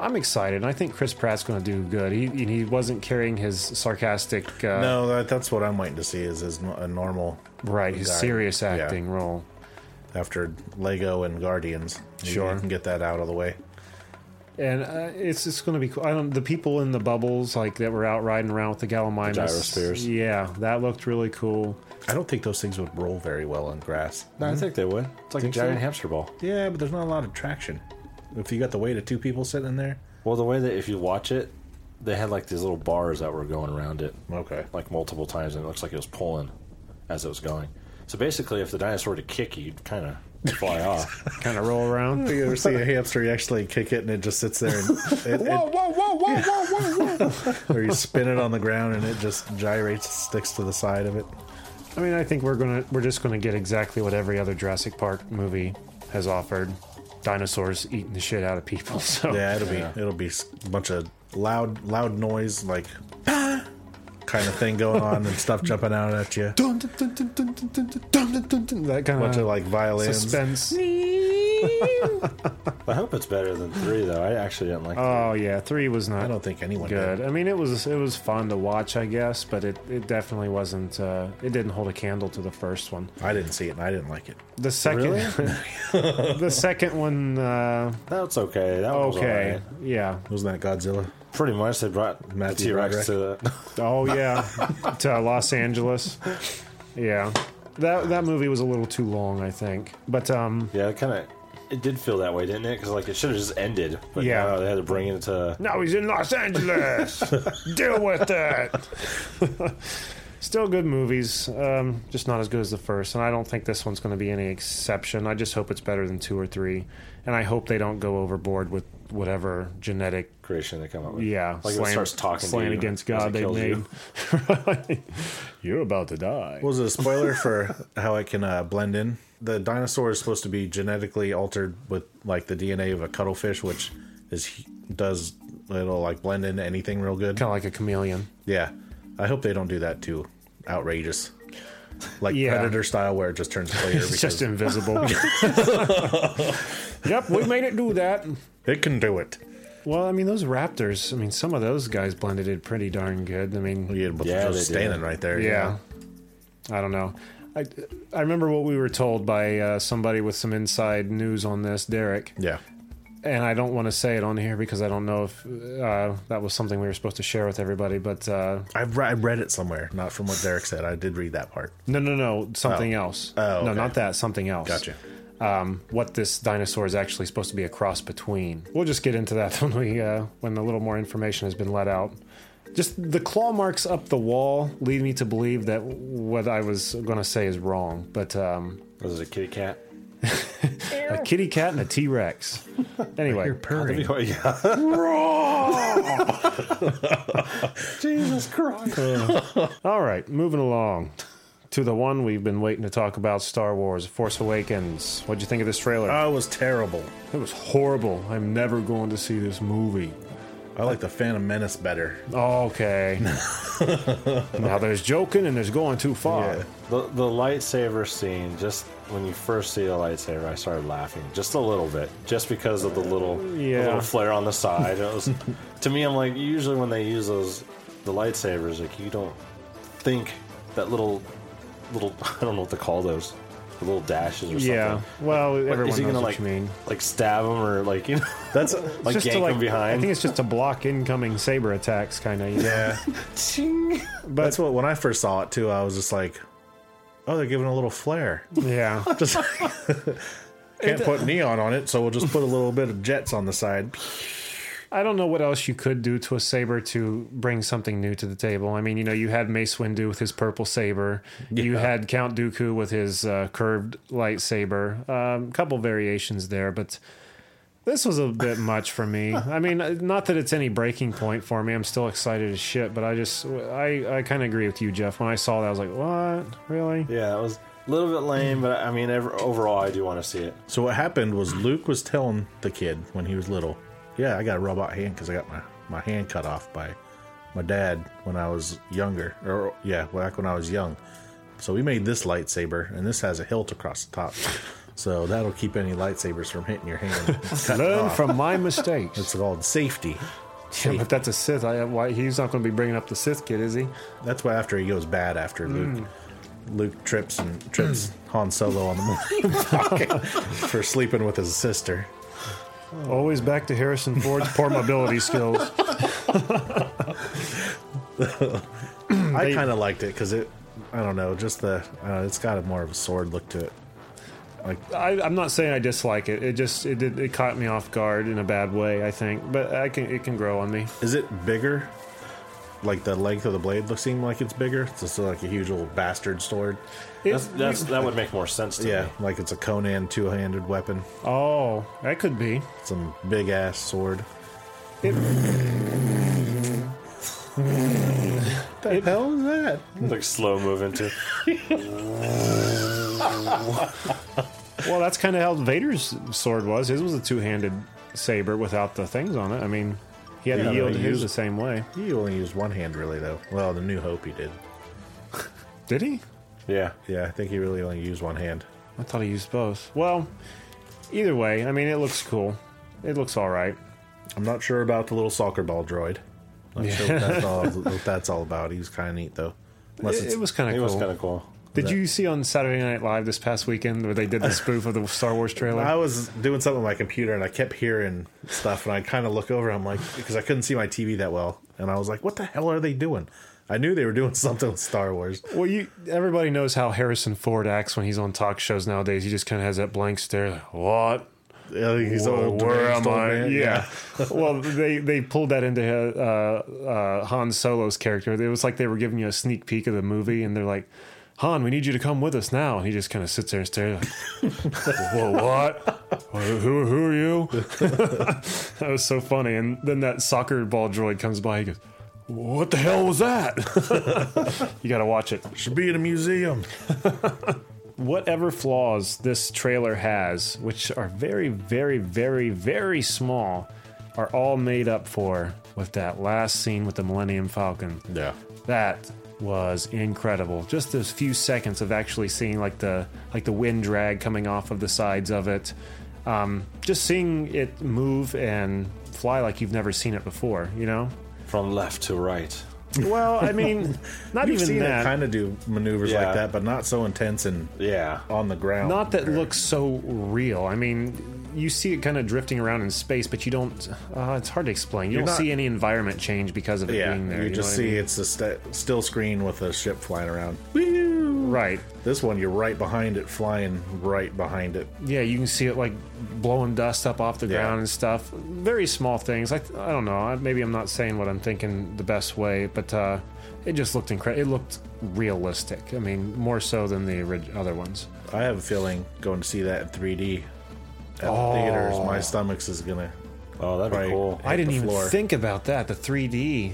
I'm excited. I think Chris Pratt's going to do good. He and he wasn't carrying his sarcastic, uh, No, that, that's what I'm waiting to see is is a normal right? His guy. serious Yeah. acting role. after Lego and Guardians. Maybe Sure. you can get that out of the way. and uh, it's just going to be cool. I don't the people in the bubbles like that were out riding around with the gallimimus. gyrospheres. Yeah, that looked really cool. I don't think those things would roll very well on grass. No, I Mm-hmm. think they would. It's like a Think so? giant hamster ball. Yeah, but there's not a lot of traction. If you got the weight of two people sitting in there, Well, the way that if you watch it, they had like these little bars that were going around it, okay. like multiple times, and it looks like it was pulling as it was going. So basically, if the dinosaur were to kick you, you'd kind of fly off. Kind of roll around. You ever see a hamster? You actually kick it and it just sits there, and it, it- whoa, whoa, whoa, whoa, whoa, whoa! or you spin it on the ground and it just gyrates, sticks to the side of it. I mean, I think we're gonna we're just gonna get exactly what every other Jurassic Park movie has offered: dinosaurs eating the shit out of people. So Yeah, it'll be it'll be s- a bunch of loud loud noise like kind of thing going on and stuff jumping out at you. Dun, dun, dun, dun, dun, dun, dun, dun, dun, dun, dun, that kind bunch of of like violins. suspense. I hope it's better than three, though. I actually didn't like. Oh yeah, three was not. I don't think anyone good. did. I mean, it was it was fun to watch, I guess, but it, it definitely wasn't. Uh, it didn't hold a candle to the first one. I didn't see it and I didn't like it. The second, the second one, uh, That's okay. That was okay, okay. yeah, Wasn't that Godzilla? Pretty much, they brought Matthew T Rex Broderick. to the. oh yeah, to Los Angeles, yeah. That that movie was a little too long, I think, but um, Yeah, it kind of. It did feel that way, didn't it? Because like it should have just ended. But Yeah. yeah, no, they had to bring it to. now he's in Los Angeles. Deal with it. Still good movies, um, just not as good as the first, and I don't think this one's going to be any exception. I just hope it's better than two or three, and I hope they don't go overboard with whatever genetic, creation they come up with. yeah, like it starts talking to slant you against as it God they kills you. made. You're about to die. Was it a spoiler for how it can uh, blend in? The dinosaur is supposed to be genetically altered with like the DNA of a cuttlefish, which is hu- does it'll like blend into anything real good. kind of like a chameleon. Yeah, I hope they don't do that too outrageous, like Yeah. predator style, where it just turns clear. It's because just invisible. yep, we made it do that. it can do it. Well, I mean, those raptors. I mean, some of those guys blended it pretty darn good. I mean, Yeah, but Yeah, they're they just do. standing right there. Yeah. I don't know. I, I remember what we were told by uh, somebody with some inside news on this, Derek, yeah. and I don't want to say it on here because I don't know if uh, that was something we were supposed to share with everybody. But uh, I've re- I read it somewhere, not from what Derek said. I did read that part. no, no, no, something else. Oh, No, okay. not that. Something else. Gotcha. Um, what this dinosaur is actually supposed to be a cross between. We'll just get into that when we uh, when a little more information has been let out. Just the claw marks up the wall lead me to believe that what I was going to say is wrong, but um, Was it a kitty cat? a kitty cat and a T Rex. Anyway, Purring. yeah. Jesus Christ. all right, moving along to the one we've been waiting to talk about: Star Wars: Force Awakens. What'd you think of this trailer? Oh, it was terrible. it was horrible. I'm never going to see this movie. I like the Phantom Menace better. Okay. now there's joking and there's going too far. The, the lightsaber scene, just when you first see the lightsaber, I started laughing just a little bit, just because of the little, Yeah. the little flare on the side. It was, to me, I'm like, usually when they use those, the lightsabers, like you don't think that little, little, I don't know what to call those, the little dashes or something. Yeah. Well, Like, is everyone he knows gonna what like, you mean. like stab him or like you know, That's like Just to, yank him I behind? think it's just to block incoming saber attacks, kind of. Yeah. yeah. But That's what when I first saw it too. I was just like, oh, they're giving a little flare. yeah. Just can't put neon on it, so we'll just put a little bit of jets on the side. I don't know what else you could do to a saber to bring something new to the table. I mean, you know, you had Mace Windu with his purple saber. You had Count Dooku with his uh, curved lightsaber. A couple variations there, but this was a bit much for me. I mean, uh, not that it's any breaking point for me. I'm still excited as shit, but I just, I, I kind of agree with you, Jeff. When I saw that, I was like, what? Really? yeah, it was a little bit lame, but I mean, ever, overall, I do want to see it. So what happened was Luke was telling the kid when he was little, "Yeah, I got a robot hand because I got my my hand cut off by my dad when I was younger, or yeah, back when I was young. So we made this lightsaber, and this has a hilt across the top, so that'll keep any lightsabers from hitting your hand. cutting it Learn off. from my mistakes. it's called safety. Yeah, but that's a Sith. I, uh, why, he's not going to be bringing up the Sith kid, is he? That's why after he goes bad after Luke, Hmm. Luke trips and trips Han Solo on the morning for sleeping with his sister. Always back to Harrison Ford's poor mobility skills. Hmm. I kind of liked it because it, I don't know, just the, uh, it's got a more of a sword look to it. I, I'm not saying I dislike it. It just it did, it caught me off guard in a bad way. I think, but I can it can grow on me. Is it bigger? Like the length of the blade looks seem like it's bigger. It's just like a huge old bastard sword. It- That's, that's, that would make more sense to Yeah, me. like it's a Conan two-handed weapon. oh, that could be. Some big ass sword. It, What the hell is that? Like slow moving too. well, that's kind of how Vader's sword was. His was a two-handed saber without the things on it. I mean, he had Yeah, to yield they his used- the same way. He only used one hand really though. Well, the New Hope he did. Did he? Yeah. Yeah, I think he really only used one hand. I thought he used both. Well, either way, I mean, it looks cool. It looks all right. I'm not sure about the little soccer ball droid. Not sure what that's, all, what that's all about. He was kind of neat though. Unless It, it's it was kind of It cool. was kind of cool. Did you see on Saturday Night Live this past weekend where they did the spoof of the Star Wars trailer? I was doing something on my computer and I kept hearing stuff and I kind of look over. I'm like, because I couldn't see my TV that well, and I was like, what the hell are they doing? I knew they were doing something with Star Wars. Well, you everybody knows how Harrison Ford acts when he's on talk shows nowadays. He just kind of has that blank stare. Like, what? Yeah, He's Where- Uh, old, where deranged am old I? man. Yeah. well, they they pulled that into uh, uh, Han Solo's character. It was like they were giving you a sneak peek of the movie, and they're like, "Han, we need you to come with us now." And he just kind of sits there and stares. Like, Whoa, what? Who, who who are you? that was so funny. And then that soccer ball droid comes by. He goes, "What the hell was that?" you got to watch it Should be in a museum. whatever flaws this trailer has, which are very, very, very, very small, are all made up for with that last scene with the Millennium Falcon. Yeah. That was incredible. Just those few seconds of actually seeing like the like the wind drag coming off of the sides of it. Um, just seeing it move and fly like you've never seen it before, you know? From left to right. Well, I mean, not You've even seen that. it kind of do maneuvers Yeah. like that, but not so intense and Yeah. on the ground. Not that Or- looks so real. I mean, you see it kind of drifting around in space, but you don't. Uh, it's hard to explain. You You're don't not- see any environment change because of it Yeah, being there. you, know just what I see mean? it's a st- still screen with a ship flying around. Woo! Right. This one, you're right behind it, flying right behind it. Yeah, you can see it like blowing dust up off the Yeah. ground and stuff. Very small things. I, I don't know. I- Maybe I'm not saying what I'm thinking the best way, but uh, it just looked incredible. It looked realistic. I mean, more so than the orig- other ones. I have a feeling going to see that in 3D at the theaters, my stomach's is gonna. Oh, that'd Right. be cool. I didn't the even floor. think about that. The 3D.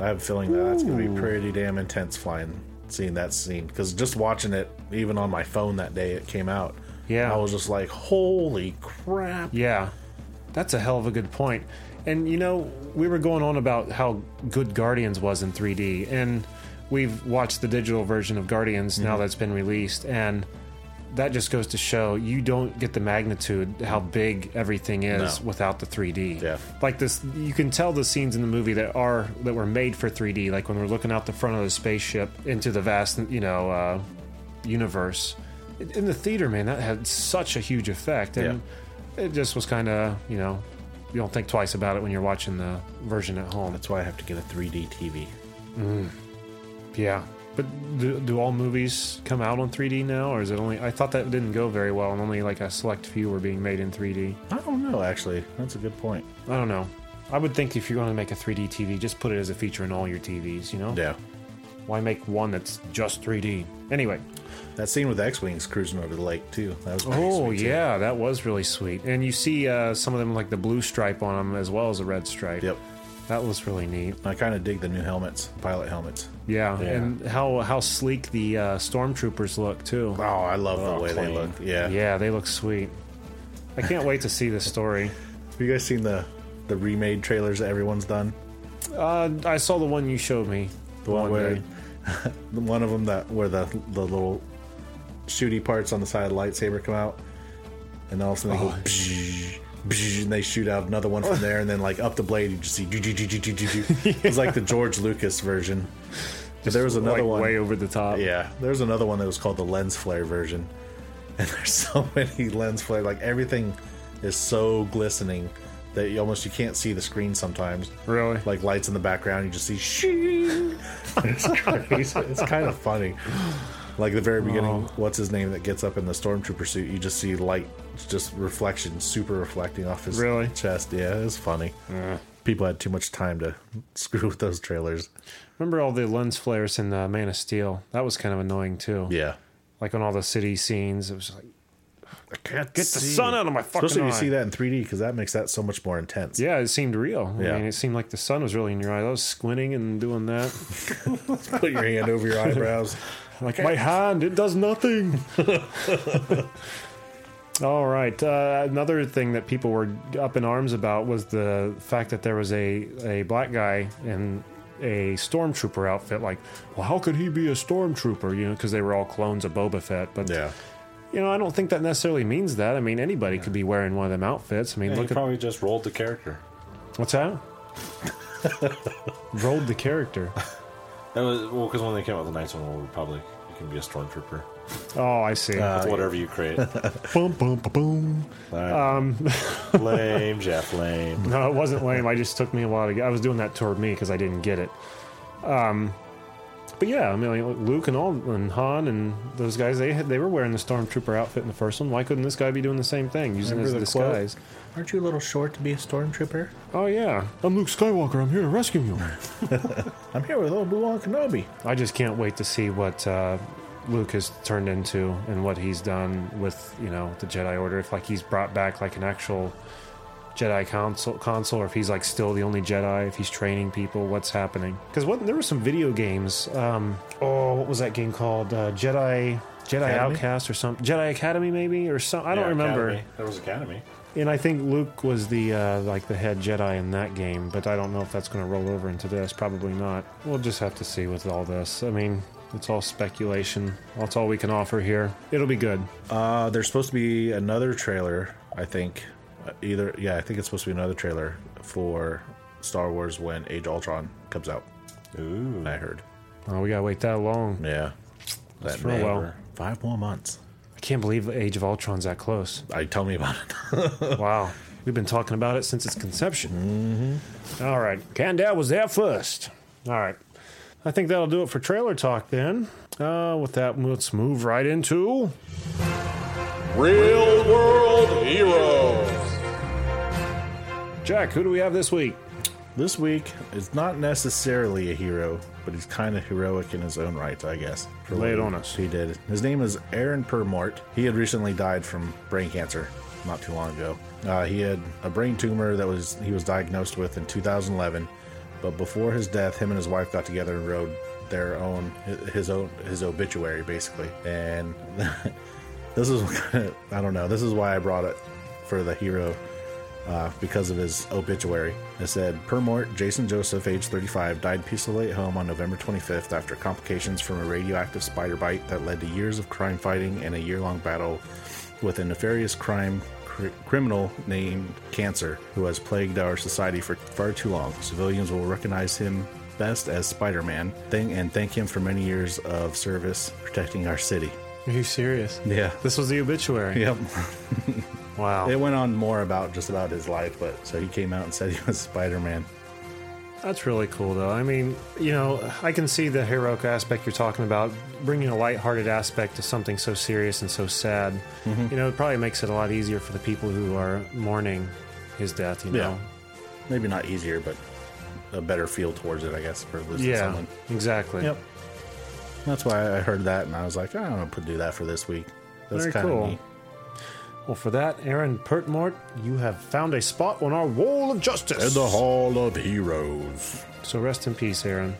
I have a feeling that that's gonna be pretty damn intense flying, seeing that scene. Because just watching it, even on my phone that day it came out, Yeah. I was just like, holy crap! Yeah, that's a hell of a good point. And you know, we were going on about how good Guardians was in 3D, and we've watched the digital version of Guardians Mm-hmm. now that's been released, and that just goes to show you don't get the magnitude how big everything is No. without the 3D. Yeah. Like this you can tell the scenes in the movie that are that were made for 3D like when we're looking out the front of the spaceship into the vast, you know, uh, universe. In the theater, man, that had such a huge effect and it just was kind of, you know, you don't think twice about it when you're watching the version at home. That's why I have to get a 3D TV. Yeah. But do, do all movies come out on 3D now, or is it only? I thought that didn't go very well, and only like a select few were being made in 3D. I don't know, actually. That's a good point. I don't know. I would think if you're going to make a 3D TV, just put it as a feature in all your TVs. You know? Yeah. Why make one that's just 3D? Anyway. That scene with X Wings cruising over the lake, too. That was pretty Oh sweet, too. yeah, that was really sweet. And you see uh, some of them like the blue stripe on them as well as the red stripe. Yep. That was really neat. I kind of dig the new helmets, pilot helmets. Yeah. And how how sleek the uh, stormtroopers look too. Oh, I love the way they clean. look. Yeah. Yeah, they look sweet. I can't wait to see this story. Have you guys seen the the remade trailers that everyone's done? Uh, I saw the one you showed me. The one, where day. the one of them that where the the little shooty parts on the side of the lightsaber come out, and all of a sudden they go. Bzz, bzz, and they shoot out another one from there, and then like up the blade, you just see. do, do, do, do, do, do, do. It's like the George Lucas version. But there was another like, one. way over the top. Yeah, there's another one that was called the lens flare version, and there's so many lens flare. Like everything is so glistening that you almost you can't see the screen sometimes. Really? Like lights in the background, you just see shing. it's, crazy. it's kind of funny. Like the very beginning, what's his name that gets up in the stormtrooper suit? You just see light, just reflection, super reflecting off his Really? chest. Yeah, it's funny. People had too much time to screw with those trailers. Remember all the lens flares in uh, Man of Steel? That was kind of annoying too. Yeah. Like on all the city scenes, it was like, I can't Get the sun out of my fucking Especially if you eye. see that in 3D because that makes that so much more intense. yeah, it seemed real. I Yeah. mean, it seemed like the sun was really in your eye. I was squinting and doing that. Put your hand over your eyebrows. Like my hand, it does nothing. All right. Uh, another thing that people were up in arms about was the fact that there was a, a black guy in a stormtrooper outfit. Like, well, how could he be a stormtrooper? You know, because they were all clones of Boba Fett. But Yeah. you know, I don't think that necessarily means that. I mean, anybody could be wearing one of them outfits. I mean, And he look at probably just rolled the character. what's that? Rolled the character. That was well because when they came out with the Knights of the Old Republic, you can be a stormtrooper. Oh, I see. With whatever you create. boom, boom, boom, boom. lame, Jeff. Lame. No, it wasn't lame. I just took me a while to get. I was doing that toward me because I didn't get it. Um, but yeah, I mean, like, Luke and all and Han and those guys, they had, they were wearing the stormtrooper outfit in the first one. Why couldn't this guy be doing the same thing using Remember his the quote? disguise? Aren't you a little short to be a stormtrooper? Oh yeah, I'm Luke Skywalker. I'm here to rescue you. I'm here with old Obi-Wan Kenobi. I just can't wait to see what uh, Luke has turned into and what he's done with you know the Jedi Order. If like he's brought back like an actual Jedi council, consul, or if he's like still the only Jedi. If he's training people, what's happening? Because what there were some video games. Um, oh, what was that game called? Uh, Jedi. Jedi Academy? Outcast or something, Jedi Academy maybe or some. I don't Yeah, remember. Academy. There was Academy. And I think Luke was the uh, like the head Jedi in that game, but I don't know if that's going to roll over into this. Probably not. We'll just have to see with all this. I mean, it's all speculation. That's all we can offer here. It'll be good. Uh, there's supposed to be another trailer, I think. Uh, Either, yeah, I think it's supposed to be another trailer for Star Wars when Age of Ultron comes out. Ooh. I heard. Oh, we gotta wait that long. Yeah. That's for a while. Five more months. I can't believe Age of Ultron's that close. I tell me about it. wow, we've been talking about it since its conception. Mm-hmm. All right, Kandel was there first. All right, I think that'll do it for trailer talk then. Uh, with that, let's move right into Real world heroes. Jack. Who do we have this week? This week is not necessarily a hero, but he's kind of heroic in his own right, I guess. For Lay it what on us. He did. His name is Aaron Permort. He had recently died from brain cancer not too long ago. Uh, he had a brain tumor that was he was diagnosed with in 2011, but before his death, him and his wife got together and wrote their own his own his obituary basically. And this is I don't know. This is why I brought it for the hero uh, because of his obituary. It said, Permort Jason Joseph, age 35, died peacefully at home on November 25th after complications from a radioactive spider bite that led to years of crime fighting and a year long battle with a nefarious crime cr- criminal named Cancer, who has plagued our society for far too long. Civilians will recognize him best as Spider Man thing and thank him for many years of service protecting our city. Are you serious? Yeah. This was the obituary. Yep. Wow. It went on more about just about his life, but so he came out and said he was Spider Man. That's really cool, though. I mean, you know, I can see the heroic aspect you're talking about, bringing a lighthearted aspect to something so serious and so sad. Mm-hmm. You know, it probably makes it a lot easier for the people who are mourning his death, you Yeah. know? maybe not easier, but a better feel towards it, I guess, for losing Yeah, someone. exactly. Yep. That's why I heard that, and I was like, "Ah, I don't know, do that for this week. That's Very kind of cool. neat. Well, for that, Aaron Pertmort, you have found a spot on our wall of justice. Hall of Heroes. So rest in peace, Aaron.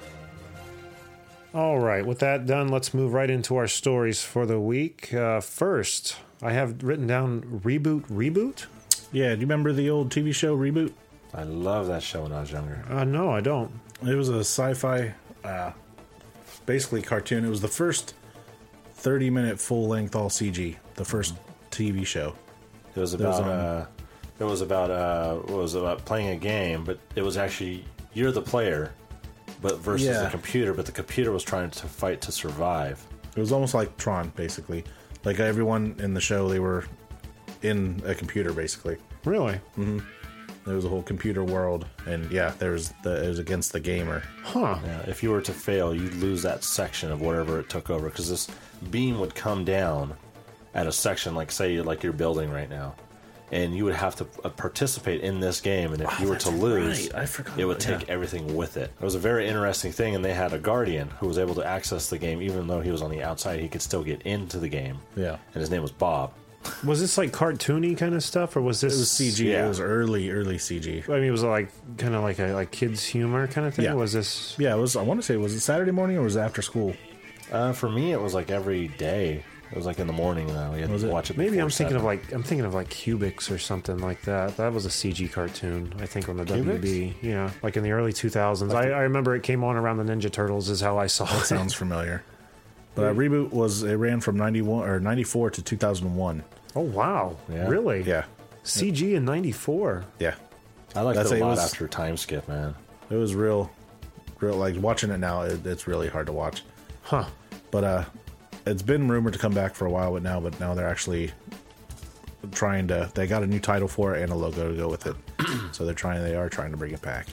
All right, with that done, let's move right into our stories for the week. Uh, first, I have written down reboot, reboot. Yeah, do you remember the old TV show reboot? I love that show when I was younger. Uh, no, I don't. It was a sci-fi, uh, basically cartoon. It was the first thirty-minute full-length all CG. The first TV show. It was was about on- uh, it was about uh, it was about playing a game, but it was actually you're the player, but versus Yeah. the computer. But the computer was trying to fight to survive. It was almost like Tron, basically. Like everyone in the show, they were in a computer, basically. Really? There was a whole computer world, and yeah, there was the it was against the gamer. Huh. Yeah, Uh, if you were to fail, you'd lose that section of whatever it took over because this beam would come down at a section, like say, like you're building right now, and you would have to uh, participate in this game. And if you were to lose, right. I forgot it would about- yeah. take everything with it. It was a very interesting thing, and they had a guardian who was able to access the game, even though he was on the outside, he could still get into the game. Yeah. and his name was Bob. Was this like cartoony kind of stuff, or was this It was CG. Yeah. It was early, early CG. I mean, was it like kind of like a like kids humor kind of thing? Yeah. Was this? Yeah, it was. I want to say was it Saturday morning or was it after school? Uh, for me, it was like every day. It was like in the morning though. You had Was to it? watch it. Maybe before I'm thinking of seven. like I'm thinking of like Cubics or something like that. That was a CG cartoon, I think, on the WB. Yeah, like in the early 2000s. I, I remember it came on around the Ninja Turtles. Is how I saw it. Sounds familiar. But uh, reboot was it ran from ninety one or ninety four to two thousand one. oh wow, Yeah. really? Yeah, CG in '94. yeah. I liked That's it a it lot was- after time skip, man. It was real, real. Like watching it now, it, it's really hard to watch. Huh. But uh, it's been rumored to come back for a while, but now, but now they're actually trying to. They got a new title for it and a logo to go with it, so they're trying. They are trying to bring it back.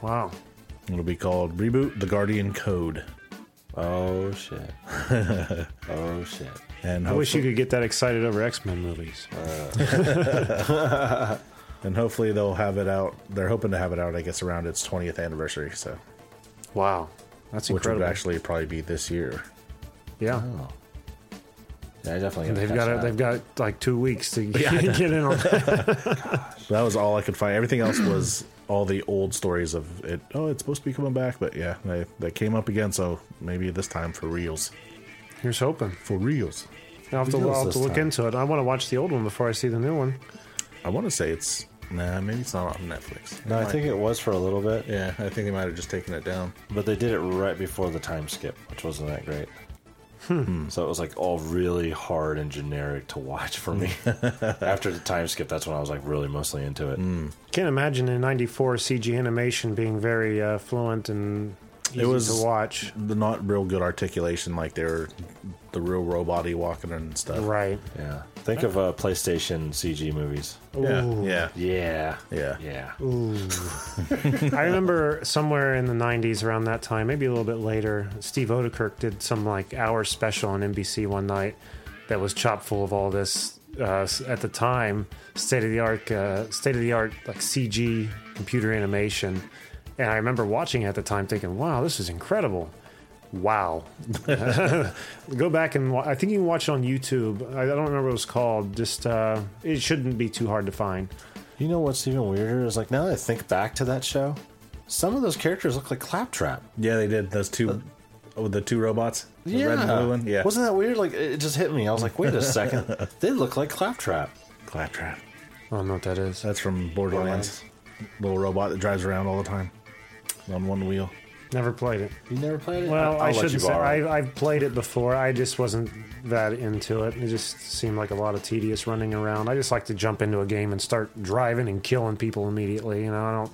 Wow. It'll be called Reboot the Guardian Code, Oh shit. oh shit. and I wish hopefully, you could get that excited over X Men movies. and hopefully they'll have it out. They're hoping to have it out, I guess, around its twentieth anniversary. So, Wow, that's which incredible. would actually probably be this year. yeah. Oh, Yeah, I definitely. And gotta they've catch got a, that. they've got like two weeks to get in on that. That was all I could find. Everything else was all the old stories of it. Oh, it's supposed to be coming back, but yeah, they, they came up again. So maybe this time for reals. Here's hoping. For reals. I'll have to, Who I'll knows have this to look time? into it. I want to watch the old one before I see the new one. I want to say it's nah. Maybe it's not on Netflix. No, I think it was for a little bit, Yeah, I think they might have just taken it down. but they did it right before the time skip, which wasn't that great. Hmm. So it was like all really hard and generic to watch for me. After the time skip, that's when I was like really mostly into it. Can't imagine in '94 CG animation being very uh, fluent and easy was- to watch. The not real good articulation, like they're the real robot walking and stuff. Right. Yeah, think of uh, PlayStation CG movies. Yeah, Ooh. yeah, Yeah, Yeah. yeah. I remember somewhere in the '90s, around that time, maybe a little bit later, Steve Odekirk did some like hour special on NBC one night that was chock full of all this. Uh, s- at the time, state of the art, uh, state of the art like CG computer animation, and I remember watching it at the time, thinking, "Wow, this is incredible." Wow. Go back and wa- I think you can watch it on YouTube. I I don't remember what it was called. Just uh, it shouldn't be too hard to find. You know what's even weirder is like now that I think back to that show, some of those characters look like Claptrap. yeah. They did those two, oh, the two robots. The yeah. red and blue one. Yeah, Wasn't that weird? Like it it just hit me. I was like, wait a second, they look like Claptrap. Claptrap. I don't know what that is. That's from Borderlands. Little robot that drives around all the time on one wheel. Never played it. You never played it? Well, I let you shouldn't say borrow it. I, I've played it before. I just wasn't that into it. It just seemed like a lot of tedious running around. I just like to jump into a game and start driving and killing people immediately. You know, I don't.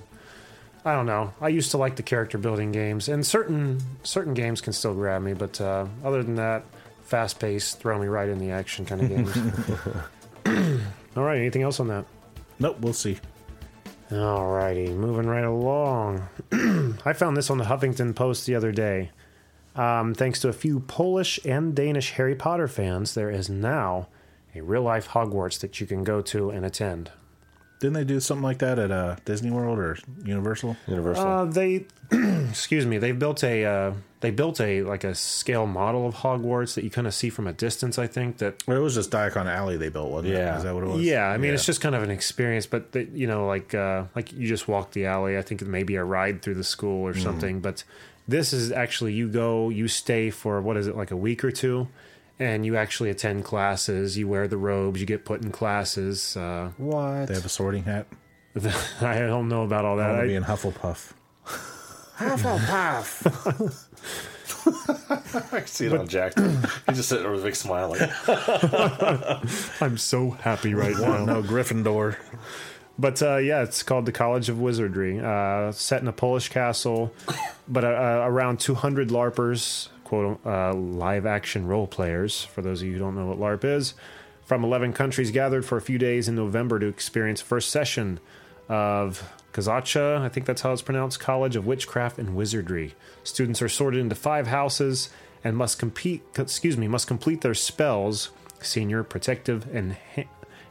I don't know. I used to like the character building games, and certain certain games can still grab me. But uh, other than that, fast paced, throw me right in the action kind of games. All right. Anything else on that? Nope, we'll see. Alrighty, moving right along. I found this on the Huffington Post the other day. Um, thanks to a few Polish and Danish Harry Potter fans, there is now a real life Hogwarts that you can go to and attend. Didn't they do something like that at uh, Disney World or Universal? Universal. Uh, they, excuse me, they built a uh, they built a like a scale model of Hogwarts that you kind of see from a distance. I think that Well, it was just Diacon Alley they built, wasn't it? Yeah. Is that what it was? Yeah, I mean it's just kind of an experience, but the, you know, like uh, like you just walk the alley. I think it may be a ride through the school or something, but this is actually you go, you stay for what is it like a week or two, and you actually attend classes. You wear the robes, you get put in classes. Uh, what? They have a sorting hat. I don't know about all that. I want to be I, in Hufflepuff. I see it on Jack. He's just sitting there with a big smile. Like, I'm so happy right now. No, Gryffindor. But uh, yeah, it's called the College of Wizardry, uh, set in a Polish castle, but uh, uh, around 200 LARPers, quote uh, live action role players, for those of you who don't know what LARP is, from 11 countries gathered for a few days in November to experience first session of Kazacha, I think that's how it's pronounced, College of Witchcraft and Wizardry. Students are sorted into five houses and must compete, excuse me, must complete their spells, senior, protective, and ha-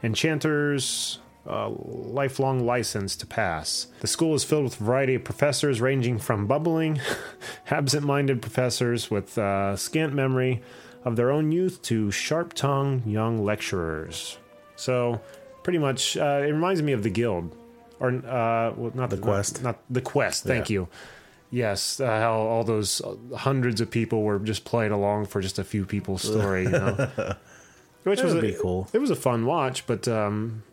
enchanters, uh, lifelong license to pass. The school is filled with a variety of professors, ranging from bubbling, absent minded professors with uh, scant memory of their own youth to sharp tongued young lecturers. So, pretty much, uh, it reminds me of the guild. Or, uh, well, not The not- Quest. Not, the quest, thank Yeah. you. Yes, uh, how all those uh, hundreds of people were just playing along for just a few people's story, you know? Which That was would a- be cool. It was a fun watch, but um,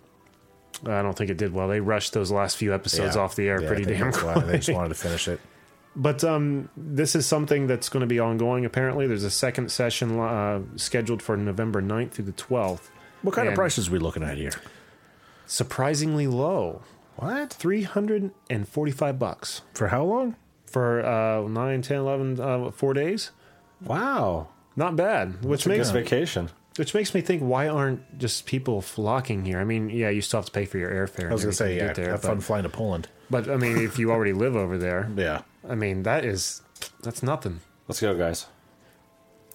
I don't think it did well. They rushed those last few episodes Yeah. off the air Yeah, I pretty think damn that's why They just quick. wanted to finish it. But um, this is something that's going to be ongoing. Apparently, there's a second session uh, scheduled for November 9th through the 12th. What kind And- of prices we looking at here? Surprisingly low, What? three hundred and forty-five bucks For how long? for uh, 9, 10, 11, uh, four days. Wow. Not bad, which It's makes vacation. which makes me think why aren't just people flocking here? I mean, yeah, you still have to pay for your airfare. I was gonna say yeah. there, have but- fun flying to Poland. But I mean, if you already live over there, Yeah. I mean, that is that's nothing. Let's go, guys.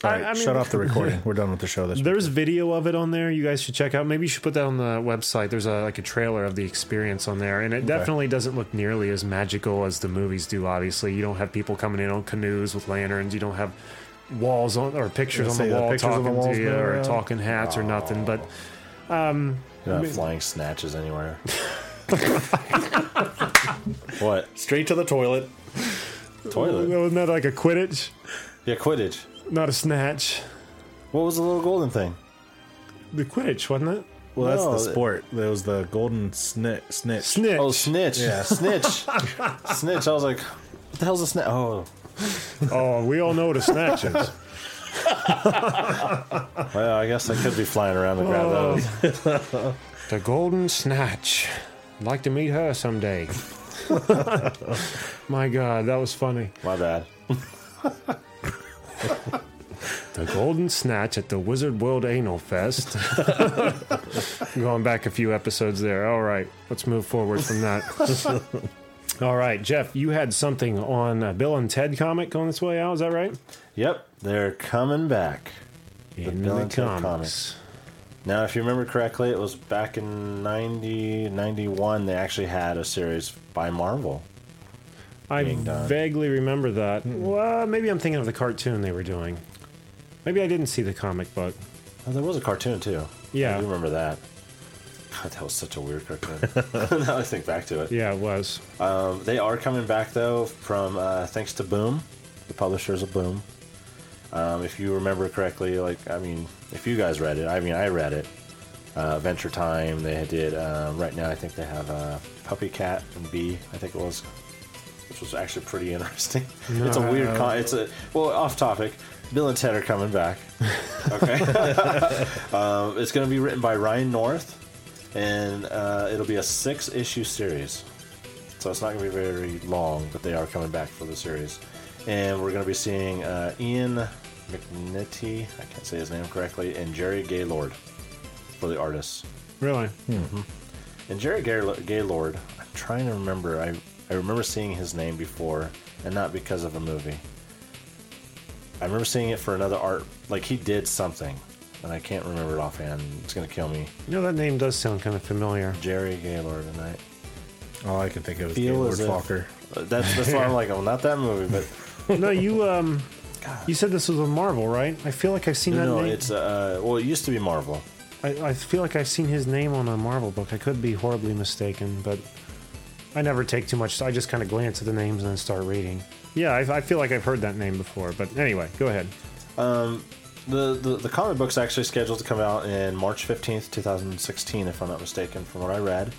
All I- right, I mean- shut off the recording. We're done with the show. This There's video of it on there. You guys should check out. Maybe you should put that on the website. There's a like a trailer of the experience on there, and it definitely doesn't look nearly as magical as the movies do. Obviously, you don't have people coming in on canoes with lanterns. You don't have walls on or pictures Let's on see, the the wall pictures of talking the walls to you moving or around. talking hats or nothing. But You're not flying snatches anywhere. what? straight to the toilet. Oh. Toilet? wasn't that like a quidditch, Yeah, Quidditch. not a snatch? What was the little golden thing? The quidditch wasn't it? Well, that's No, the sport. That was the golden snit snitch. Snitch. Oh, snitch. Yeah. Snitch. snitch. I was like, what the hell's a snitch? Oh, oh, we all know what a snatch is. well, I guess I could be flying around and grab Oh. those. The Golden Snatch. I'd like to meet her someday. My God, that was funny. My bad. The Golden Snatch at the Wizard World Anal Fest. Going back a few episodes there. All right, let's move forward from that. All right, Jeff, you had something on a Bill and Ted comic on its way out. Is that right? Yep, they're coming back. In Bill and Ted Now, if you remember correctly, it was back in 90, 91, they actually had a series by Marvel. I being done. vaguely remember that. Well, maybe I'm thinking of the cartoon they were doing. Maybe I didn't see the comic book. Oh, there was a cartoon, too. Yeah. I do remember that. God, that was such a weird cartoon. now I think back to it. Yeah, it was. Um, they are coming back though from uh, thanks to Boom, the publishers of Boom. Um, if you remember correctly, like I mean, if you guys read it, I mean I read it. Uh, Adventure Time. They did um, right now. I think they have uh, Puppy Cat and Bee. I think it was, which was actually pretty interesting. It's a weird. Con- it's a well off topic. Bill and Ted are coming back. Okay. um, it's going to be written by Ryan North, and uh, it'll be a six-issue series. So it's not going to be very long, but they are coming back for the series. And we're going to be seeing uh, Ian McNitty, I can't say his name correctly, and Jerry Gaylord for the artists. Really? Hmm. And Jerry Gay- Gaylord, I'm trying to remember, I, I remember seeing his name before, and not because of a movie. I remember seeing it for another art, like he did something, and I can't remember it offhand. It's going to kill me. You know, that name does sound kind of familiar. Jerry Gaylord, and I, All Oh, I can think of is Feel Gaylord as if- Falker. that's, that's why I'm like, oh, not that movie, but. no, you um, you said this was a Marvel, right? I feel like I've seen that No, no, name. it's uh, well, it used to be Marvel. I, I feel like I've seen his name on a Marvel book. I could be horribly mistaken, but I never take too much. I just kind of glance at the names and then start reading. Yeah, I, I feel like I've heard that name before. But anyway, go ahead. The, the the comic book's actually scheduled to come out in March fifteenth, two thousand sixteen, if I'm not mistaken, from what I read.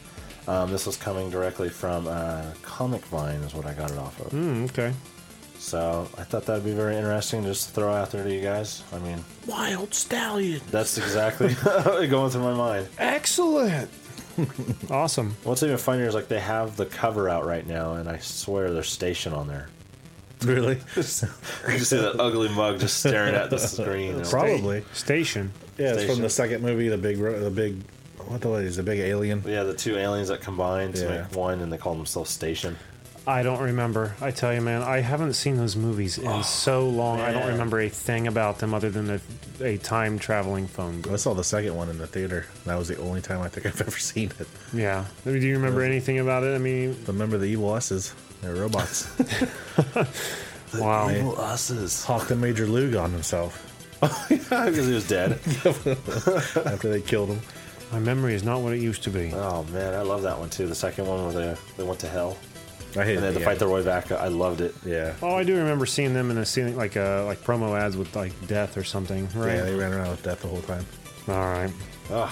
Um, this was coming directly from uh, Comic Vine, is what I got it off of. Mm, okay. So I thought that'd be very interesting, just to throw out there to you guys. I mean, Wild stallion. that's exactly going through my mind. Excellent. awesome. What's even funnier is like they have the cover out right now, and I swear there's station on there. Really? You can see that ugly mug just staring at the screen. you know. Probably. Station. Yeah, it's from Station. the second movie, the big, ro- the big, what the hell is the big alien? Yeah, the two aliens that combine to Yeah. make one, and they call themselves Station. I don't remember. I tell you, man, I haven't seen those movies in so long. I don't man. remember a thing about them other than a, a time traveling phone I book. saw the second one in the theater. That was the only time I think I've ever seen it. Yeah. I mean, Do you remember anything about it? I mean, Remember the evil S's? They're robots. wow. Evil usses. Hawk the Major Lug on himself because he was dead. after they killed him. My memory is not what it used to be. Oh man, I love that one too. The second one where they they went to hell I hated and they had to the fight the end. Roy Vaca. I loved it. Yeah. Oh, I do remember seeing them in a ceiling, like uh, like promo ads with like death or something, Yeah, they right? ran around with that the whole time. All right. Ugh,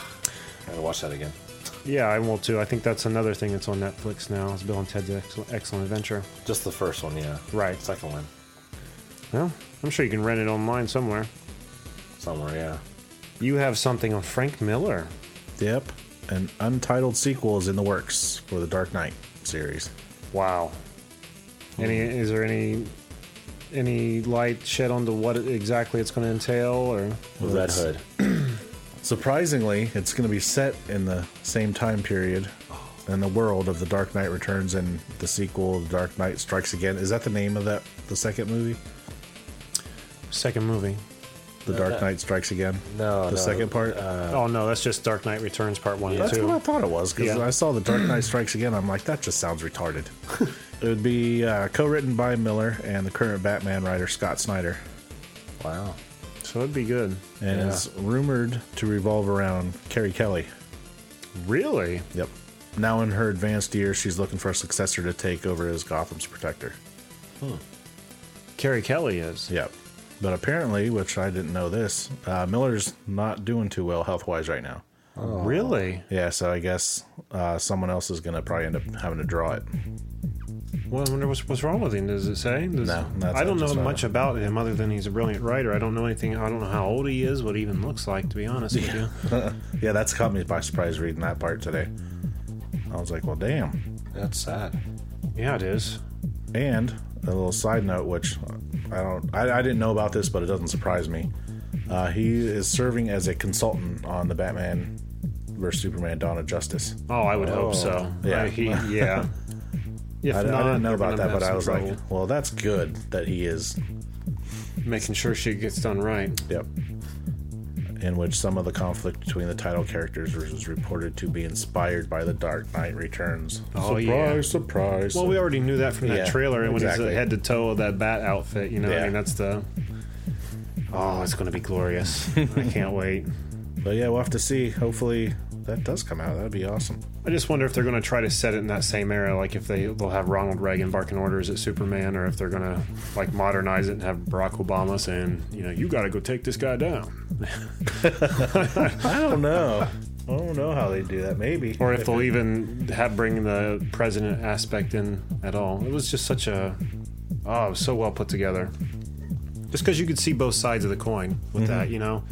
I gotta watch that again. Yeah, I will too. I think that's another thing that's on Netflix now. It's Bill and Ted's Ex- Excellent Adventure. Just the first one, yeah. Right. Second one, Well, I'm sure you can rent it online somewhere. somewhere, yeah. You have something on Frank Miller. Yep. An untitled sequel is in the works for the Dark Knight series. Wow. Any is there any any light shed onto what it- exactly it's going to entail or With Red Hood. Surprisingly, it's going to be set in the same time period and the world of The Dark Knight Returns and the sequel, The Dark Knight Strikes Again. Is that the name of that the second movie? second movie? The Dark Knight Strikes Again. No, the no, second part. oh no, that's just Dark Knight Returns Part One and That's what I Two. thought it was because Yeah. I saw The Dark Knight Strikes Again. I'm like, that just sounds retarded. it would be uh, co-written by Miller and the current Batman writer Scott Snyder, Wow. So it'd be good. and is rumored to revolve around Carrie Kelly. Really? Yep. Now in her advanced years, she's looking for a successor to take over as Gotham's protector. Carrie Kelly is. Yep. But apparently, which I didn't know this, uh, Miller's not doing too well health wise right now. Oh. Really? Yeah, so I guess uh, someone else is going to probably end up having to draw it. Well, I wonder what's, what's wrong with him. Does it say? Does, No, that's- I don't that's know not much it. about him other than he's a brilliant writer. I don't know anything. I don't know how old he is, what he even looks like, to be honest with you. Yeah, that's caught me by surprise reading that part today. I was like, well, damn. That's sad. Yeah, it is. And a little side note, which I don't, I, I didn't know about this, but it doesn't surprise me. Uh, he is serving as a consultant on the Batman versus Superman Dawn of Justice. Oh, I would hope so. Yeah. I- he, yeah. If I, I not, didn't know they're about gonna that, have but I some was trouble like, well, that's good that he is. making sure she gets done right. Yep. In which some of the conflict between the title characters was reported to be inspired by The Dark Knight Returns. Oh, surprise, yeah. surprise. Well, we already knew that from that Yeah, trailer, and when exactly. he's uh, head to toe of that bat outfit, you know, I Yeah. mean, that's the. Oh, it's going to be glorious. I can't wait. But yeah, we'll have to see. Hopefully that does come out. That'd be awesome. I just wonder if they're going to try to set it in that same era, like if they they'll have Ronald Reagan barking orders at Superman, or if they're going to like modernize it and have Barack Obama saying, you know, you got to go take this guy down, I don't know. I don't know how they do that. Maybe. or if they'll even have bring the president aspect in at all. It was just such a oh, it was so well put together. Just because you could see both sides of the coin with that, you know.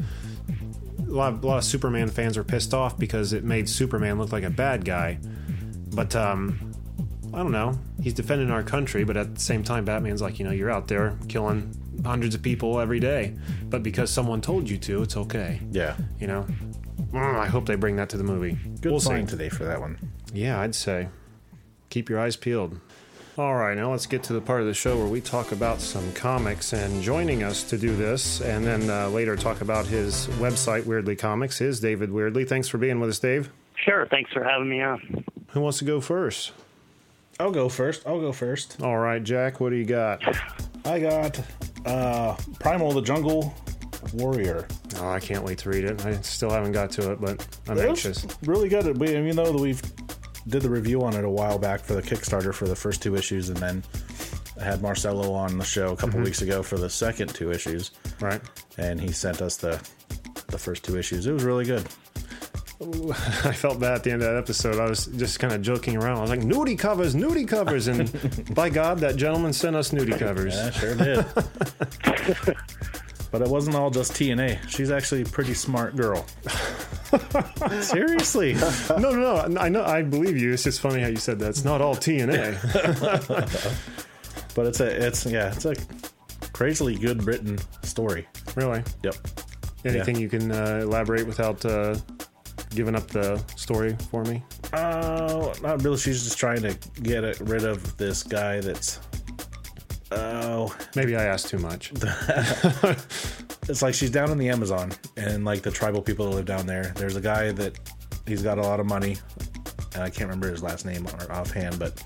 A lot, a lot of Superman fans were pissed off because it made Superman look like a bad guy. But um, I don't know. He's defending our country, but at the same time, Batman's like, you know, you're out there killing hundreds of people every day, but because someone told you to, it's okay. yeah. You know. Mm, I hope they bring that to the movie. Good we'll sign see. today for that one. Yeah, I'd say. Keep your eyes peeled. All right, now let's get to the part of the show where we talk about some comics. And joining us to do this, and then uh, later talk about his website, Weirdly Comics, is David Weirdly. Thanks for being with us, Dave. Sure. Thanks for having me on. Who wants to go first? I'll go first. I'll go first. All right, Jack, what do you got? I got uh Primal the Jungle Warrior. Oh, I can't wait to read it. I still haven't got to it, but I'm It was anxious. Really good. We, even though we've did the review on it a while back for the Kickstarter for the first two issues, and then I had Marcelo on the show a couple weeks ago for the second two issues, Right. and he sent us the the first two issues. It was really good. I felt bad at the end of that episode. I was just kind of joking around. I was like, nudie covers, nudie covers. And by God, that gentleman sent us nudie covers. Yeah, sure did. but it wasn't all just TNA. She's actually a pretty smart girl. Seriously. no, no, no. I know. I believe you. It's just funny how you said that. It's not all TNA. But it's a it's yeah it's a crazily good written story. Really? Yep. Anything you can uh, elaborate without uh, giving up the story for me? Uh, not really. She's just trying to get it, rid of this guy that's. Oh, Maybe I asked too much. it's like she's down in the Amazon and like the tribal people that live down there. There's a guy that he's got a lot of money, and I can't remember his last name or offhand, but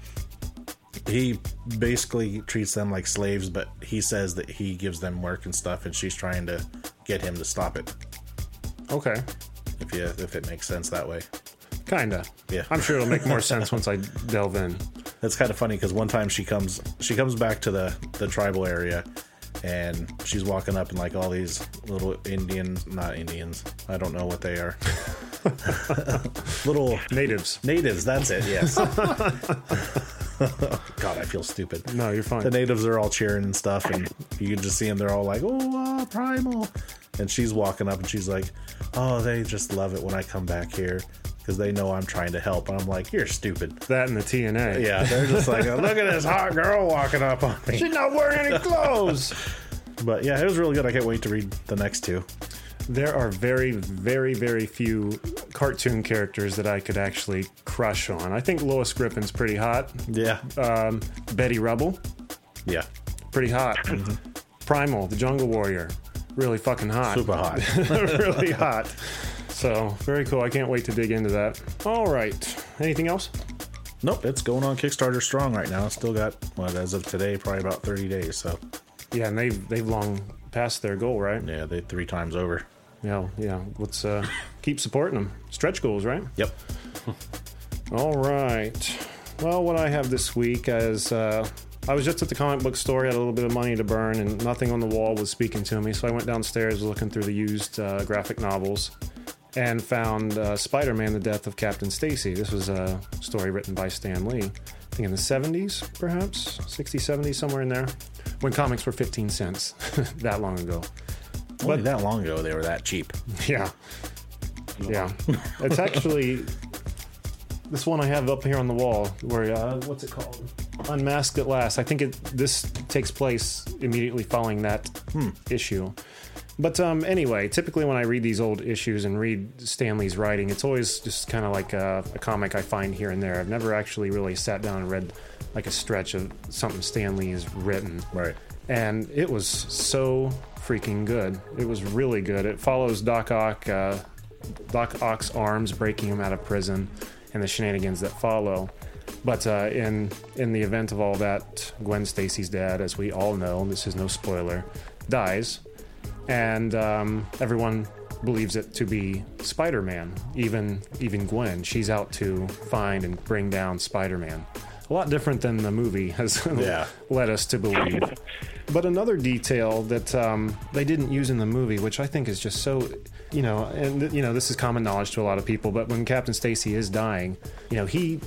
he basically treats them like slaves. But he says that he gives them work and stuff, and she's trying to get him to stop it. Okay, If you if it makes sense that way. kinda. Yeah. I'm sure it'll make more sense once I delve in. That's kind of funny because one time she comes she comes back to the the tribal area and she's walking up and like all these little Indians not Indians I don't know what they are little Natives. natives that's it yes God I feel stupid No, you're fine. the natives are all cheering and stuff and you can just see them they're all like oh uh, primal and she's walking up and she's like oh they just love it when I come back here because they know I'm trying to help and I'm like you're stupid that and the TNA. yeah, they're just like, "Oh, look at this hot girl walking up on me. She's not wearing any clothes. But yeah, it was really good. I can't wait to read the next two. there are very, very, very few cartoon characters that I could actually crush on. I think Lois Griffin's pretty hot. Yeah, Um, Betty Rubble, Uh, yeah, pretty hot. Mm-hmm. Primal, the Jungle Warrior, really fucking hot. super hot. really hot. So very cool. I can't wait to dig into that. All right. Anything else? nope, it's going on Kickstarter strong right now. It's still got well, as of today, probably about thirty days. So Yeah, and they've they've long passed their goal, right? yeah, they three times over. Yeah, yeah. Let's uh, keep supporting them. Stretch goals, right? Yep. All right. Well, what I have this week is uh, I was just at the comic book store, had a little bit of money to burn, and nothing on the wall was speaking to me. So I went downstairs, was looking through the used uh, graphic novels, and found uh, Spider Man The Death of Captain Stacy. This was a story written by Stan Lee, I think in the 70s, perhaps, 60s, 70s, somewhere in there, when comics were 15 cents, that long ago. Only that long ago, they were that cheap. Yeah. Yeah. It's actually this one I have up here on the wall where uh, what's it called? Unmasked at Last. I think it this takes place immediately following that issue. But um, anyway, typically when I read these old issues and read Stanley's writing, it's always just kind of like uh, a, a comic I find here and there. I've never actually really sat down and read like a stretch of something Stanley has written Right. and it was so freaking good. It was really good. It follows Doc Ock, uh, Doc Ock's arms breaking him out of prison, and the shenanigans that follow. But uh, in in the event of all that, Gwen Stacy's dad, as we all know, this is no spoiler, dies, and um, everyone believes it to be Spider-Man. Even even Gwen, she's out to find and bring down Spider-Man. A lot different than the movie has Yeah. led us to believe. But another detail that um, they didn't use in the movie, which I think is just so, you know, and th- you know, this is common knowledge to a lot of people. But when Captain Stacy is dying, you know, he,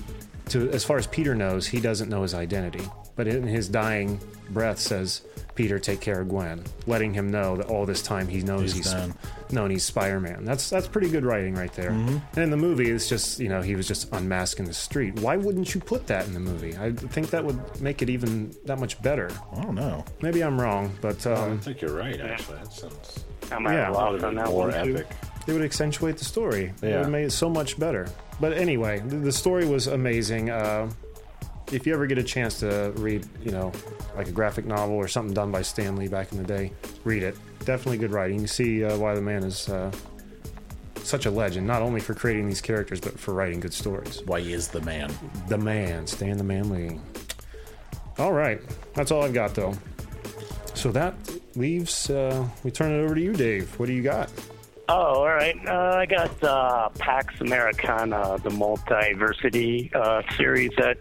to as far as Peter knows, he doesn't know his identity. But in his dying breath, says, "Peter, take care of Gwen," letting him know that all this time he knows He's he's, done. known he's Spider-Man. That's that's pretty good writing right there. Mm-hmm. And in the movie, it's just you know he was just unmasking the street. Why wouldn't you put that in the movie? I think that would make it even that much better. I don't know. Maybe I'm wrong, but I um, think you're right, actually. That sounds I'm at Yeah, a a lot loss of on it that more one too. epic. it would accentuate the story. It Yeah. would make it so much better. But anyway, th- the story was amazing. Uh, if you ever get a chance to read, you know, like a graphic novel or something done by Stan Lee back in the day, read it. Definitely good writing. You can see uh, why the man is uh, such a legend, not only for creating these characters, but for writing good stories. Why he is the man? The man, Stan the Man Lee. All right, that's all I've got though. So that leaves, uh, we turn it over to you, Dave. What do you got? Oh, all right. Uh, I got uh, Pax Americana, the multiversity uh, series that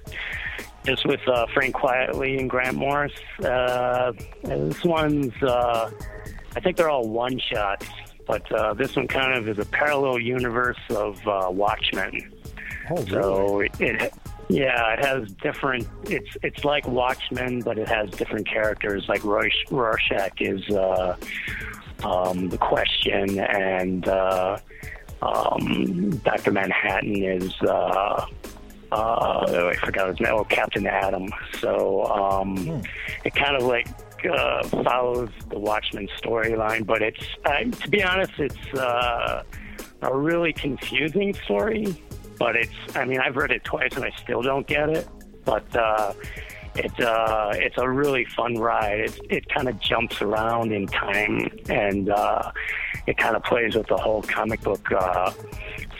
just with uh, Frank Quietly and Grant Morris. Uh, and this one's, uh, I think they're all one shots, but uh, this one kind of is a parallel universe of uh, Watchmen. Oh, So it, it, yeah, it has different. It's it's like Watchmen, but it has different characters. Like Rorsch, Rorschach is uh, um, the question, and uh, um, Doctor Manhattan is uh, uh, oh, I forgot his name, oh, Captain Adam. So um, it kind of like uh, follows the Watchmen storyline, but it's, uh, to be honest, it's uh, a really confusing story. But it's, I mean, I've read it twice and I still don't get it. But uh, it's uh, it's a really fun ride. It it kind of jumps around in time, and uh, it kind of plays with the whole comic book uh,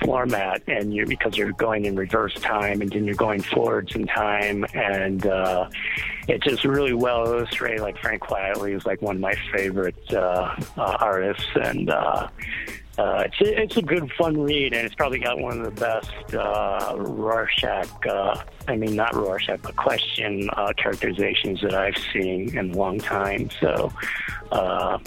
format. And you because you're going in reverse time, and then you're going forwards in time, and uh, it's just really well illustrated. Like Frank Quietly is like one of my favorite uh, uh, artists, and. Uh, uh, it's, a, it's a good, fun read, and it's probably got one of the best uh, Rorschach, uh, I mean, not Rorschach, but question uh, characterizations that I've seen in a long time. So, uh,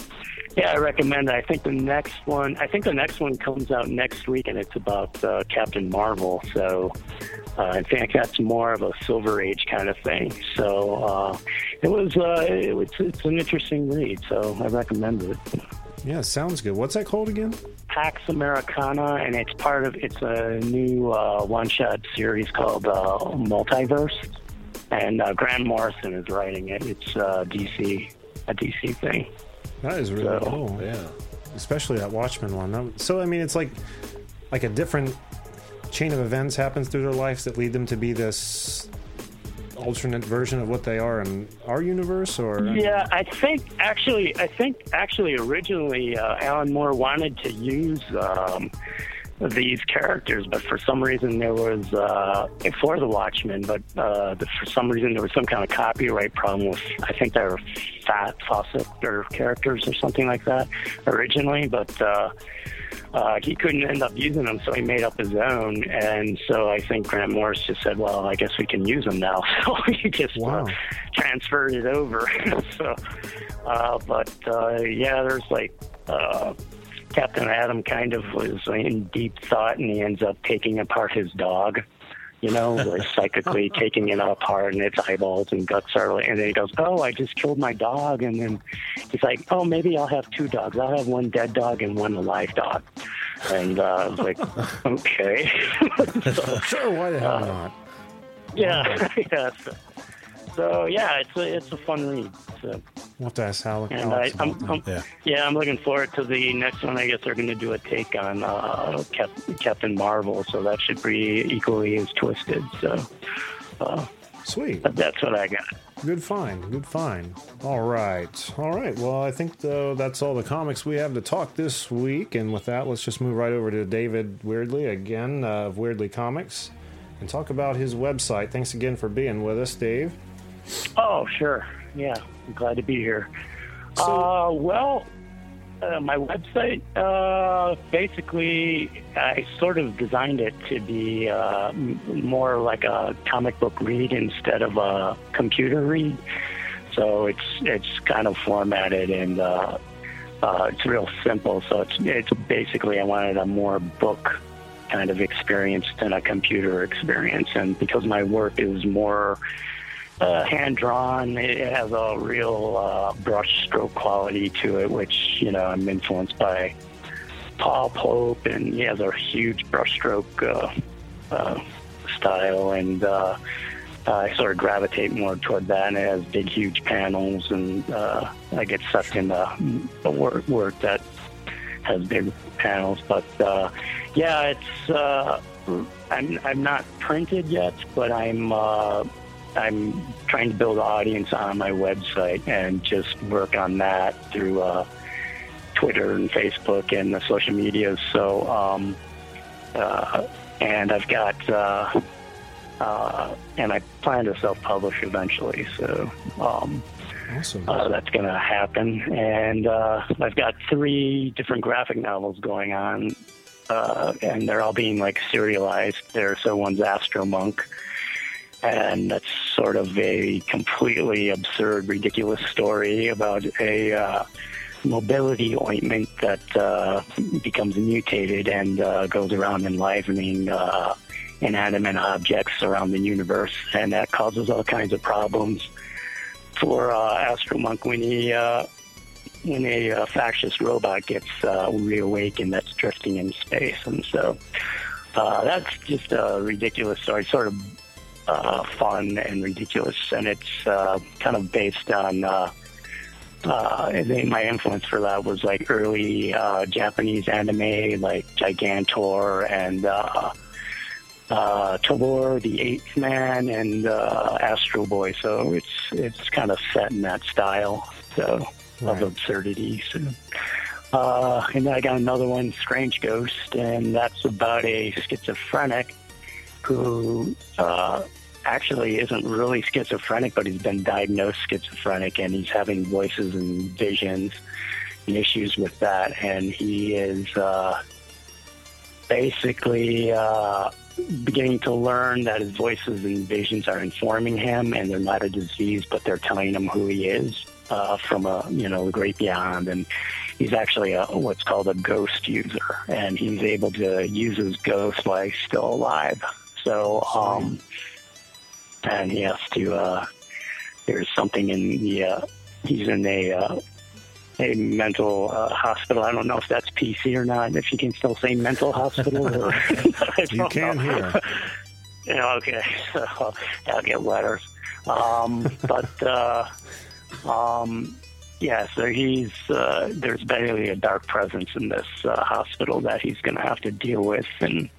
yeah, I recommend it. I think the next one, I think the next one comes out next week, and it's about uh, Captain Marvel. So, uh, I think that's more of a Silver Age kind of thing. So, uh, it was, uh, it, was- it's an interesting read, so I recommend it. Yeah, sounds good. What's that called again? Pax Americana, and it's part of it's a new uh, one-shot series called uh, Multiverse, and uh, Grant Morrison is writing it. It's uh, DC, a DC thing. That is really cool. Yeah. especially that Watchmen one. That- So I mean, it's like like a different chain of events happens through their lives that lead them to be this alternate version of what they are in our universe. Or Yeah, I think actually, I think actually originally uh, Alan Moore wanted to use um, these characters, but for some reason there was uh, for the Watchmen, but uh, the, for some reason there was some kind of copyright problem with I think they were fat faucet or characters or something like that originally, but. Uh, uh, he couldn't end up using them, so he made up his own. And so I think Grant Morris just said, "Well, I guess we can use them now." So he just Wow. uh, transferred it over. so, uh, but uh, yeah, there's like uh, Captain Adam kind of was in deep thought, and he ends up taking apart his dog. You know, like psychically taking it apart, and its eyeballs and guts are. like- And then he goes, "Oh, I just killed my dog." And then he's like, "Oh, maybe I'll have two dogs. I'll have one dead dog and one alive dog." And uh, I was like, "Okay." sure, why the hell not? Yeah, yes. So yeah, it's a it's a fun read. So, We'll have to ask Alec. and I, Alex about I'm, that. I'm yeah. I'm looking forward to the next one. I guess they're going to do a take on uh, Cap- Captain Marvel, so that should be equally as twisted. So Sweet, but that's what I got. good find, good find. All right, all right. Well, I think though that's all the comics we have to talk this week. And with that, let's just move right over to David Weirdly again uh, of Weirdly Comics, and talk about his website. Thanks again for being with us, Dave. Oh, sure. Yeah, I'm glad to be here. uh, well, uh, my website, uh, basically, I sort of designed it to be uh, m- more like a comic book read instead of a computer read. So it's it's kind of formatted and uh, uh, it's real simple. So it's it's basically I wanted a more book kind of experience than a computer experience, and because my work is more uh, hand drawn. It it has a real uh, brush stroke quality to it, which you know I'm influenced by Paul Pope, and he has a huge brushstroke uh, uh, style, and uh, I sort of gravitate more toward that. And it has big, huge panels, and uh, I get sucked into the work, work that has big panels. But uh, yeah, it's uh, I'm I'm not printed yet, but I'm. Uh, I'm trying to build an audience on my website and just work on that through uh, Twitter and Facebook and the social media. So, um, uh, and I've got, uh, uh, and I plan to self-publish eventually. So, um, Awesome. uh, that's going to happen. And uh, I've got three different graphic novels going on, uh, and they're all being like serialized. There, so one's Astro Monk, and that's sort of a completely absurd, ridiculous story about a. Uh, Mobility ointment that uh, becomes mutated and uh, goes around enlivening uh, inanimate objects around the universe, and that causes all kinds of problems for uh, Astro Monk when he uh, when a uh, fascist robot gets uh, reawakened that's drifting in space, and so Uh, that's just a ridiculous story, sort of uh, fun and ridiculous, and it's uh, kind of based on. Uh, uh, I think my influence for that was like early uh, Japanese anime, like Gigantor and uh, uh, Tobor the Eighth Man and uh, Astro Boy. So it's it's kind of set in that style, so Right. of absurdity. So. Uh, and then I got another one, Strange Ghost, and that's about a schizophrenic who uh, actually isn't really schizophrenic, but he's been diagnosed schizophrenic and he's having voices and visions and issues with that. And he is uh, basically uh, beginning to learn that his voices and visions are informing him and they're not a disease, but they're telling him who he is uh, from a, you know, the great beyond. And he's actually a, what's called a ghost user, and he's able to use his ghost while he's still alive. So, um, and he has to. Uh, there's something in the. Uh, he's in a uh, a mental uh, hospital. I don't know if that's PC or not. If you can still say mental hospital, or, I You don't can know. hear. Yeah, okay. So I'll get letters. Um, but uh, um, yeah, so he's uh, there's basically a dark presence in this uh, hospital that he's going to have to deal with and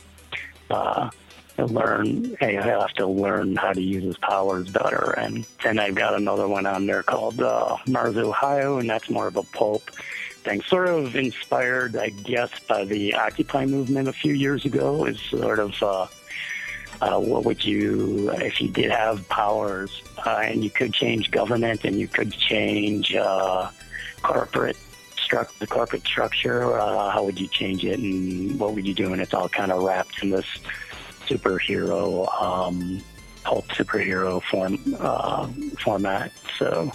uh, and learn. And he'll have to learn how to use his powers better. And then I've got another one on there called uh, Mars, Ohio, and that's more of a pulp thing, sort of inspired, I guess, by the Occupy movement a few years ago. Is sort of uh, uh, what would you, if you did have powers uh, and you could change government and you could change uh, corporate struct the corporate structure, uh, how would you change it and what would you do? And it's all kind of wrapped in this superhero, um, pulp superhero form uh, format. So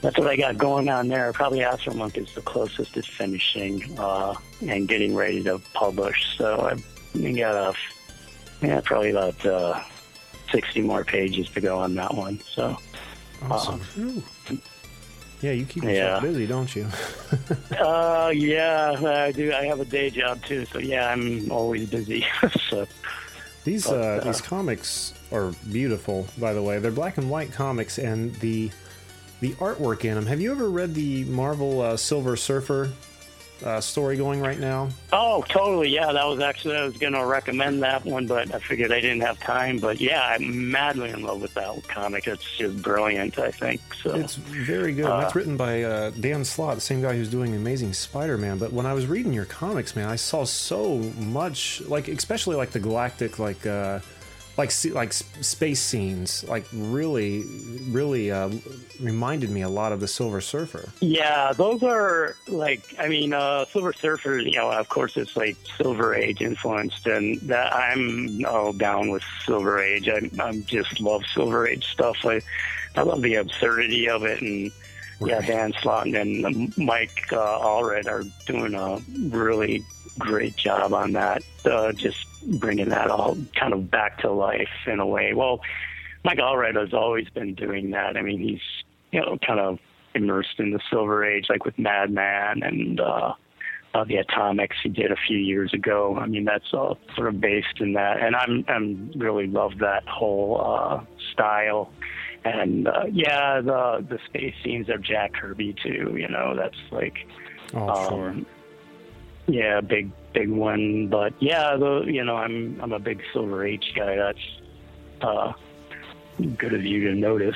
that's what I got going on there. Probably Astro Monk is the closest to finishing uh, and getting ready to publish. So I've I got a yeah, probably about uh, 60 more pages to go on that one. So, Awesome. Ooh. Uh-huh. Yeah, you keep Yeah. yourself busy, don't you? uh, yeah, I do. I have a day job too, so yeah, I'm always busy. so, These uh, these comics are beautiful, by the way. They're black and white comics, and the the artwork in them. Have you ever read the Marvel uh, Silver Surfer uh, story going right now? oh, totally. Yeah, that was actually I was going to recommend that one, but I figured I didn't have time. But yeah, I'm madly in love with that comic. It's just brilliant. I think so. It's very good. That's written by uh, Dan Slott, the same guy who's doing Amazing Spider-Man. But when I was reading your comics, man, I saw so much, like especially like the galactic, like uh, like se- like s- space scenes, like really, really uh, reminded me a lot of the Silver Surfer. Yeah, those are like I mean, uh, Silver Surfer. You know, of course, it's like Silver Age influenced, and that I'm all down with Silver Age. I, I just love Silver Age stuff. I, I love the absurdity of it, and yeah, Dan Slotin and Mike uh, Allred are doing a really great job on that. Uh, just bringing that all kind of back to life in a way. Well, Mike Allred has always been doing that. I mean, he's you know kind of immersed in the Silver Age, like with Madman and uh, uh, the Atomics he did a few years ago. I mean, that's all sort of based in that, and I'm I'm really love that whole uh, style. And uh, yeah, the the space scenes of Jack Kirby too. You know, that's like Oh, sure. um, yeah, big big one. But yeah, the you know I'm I'm a big Silver Age guy. That's uh, good of you to notice.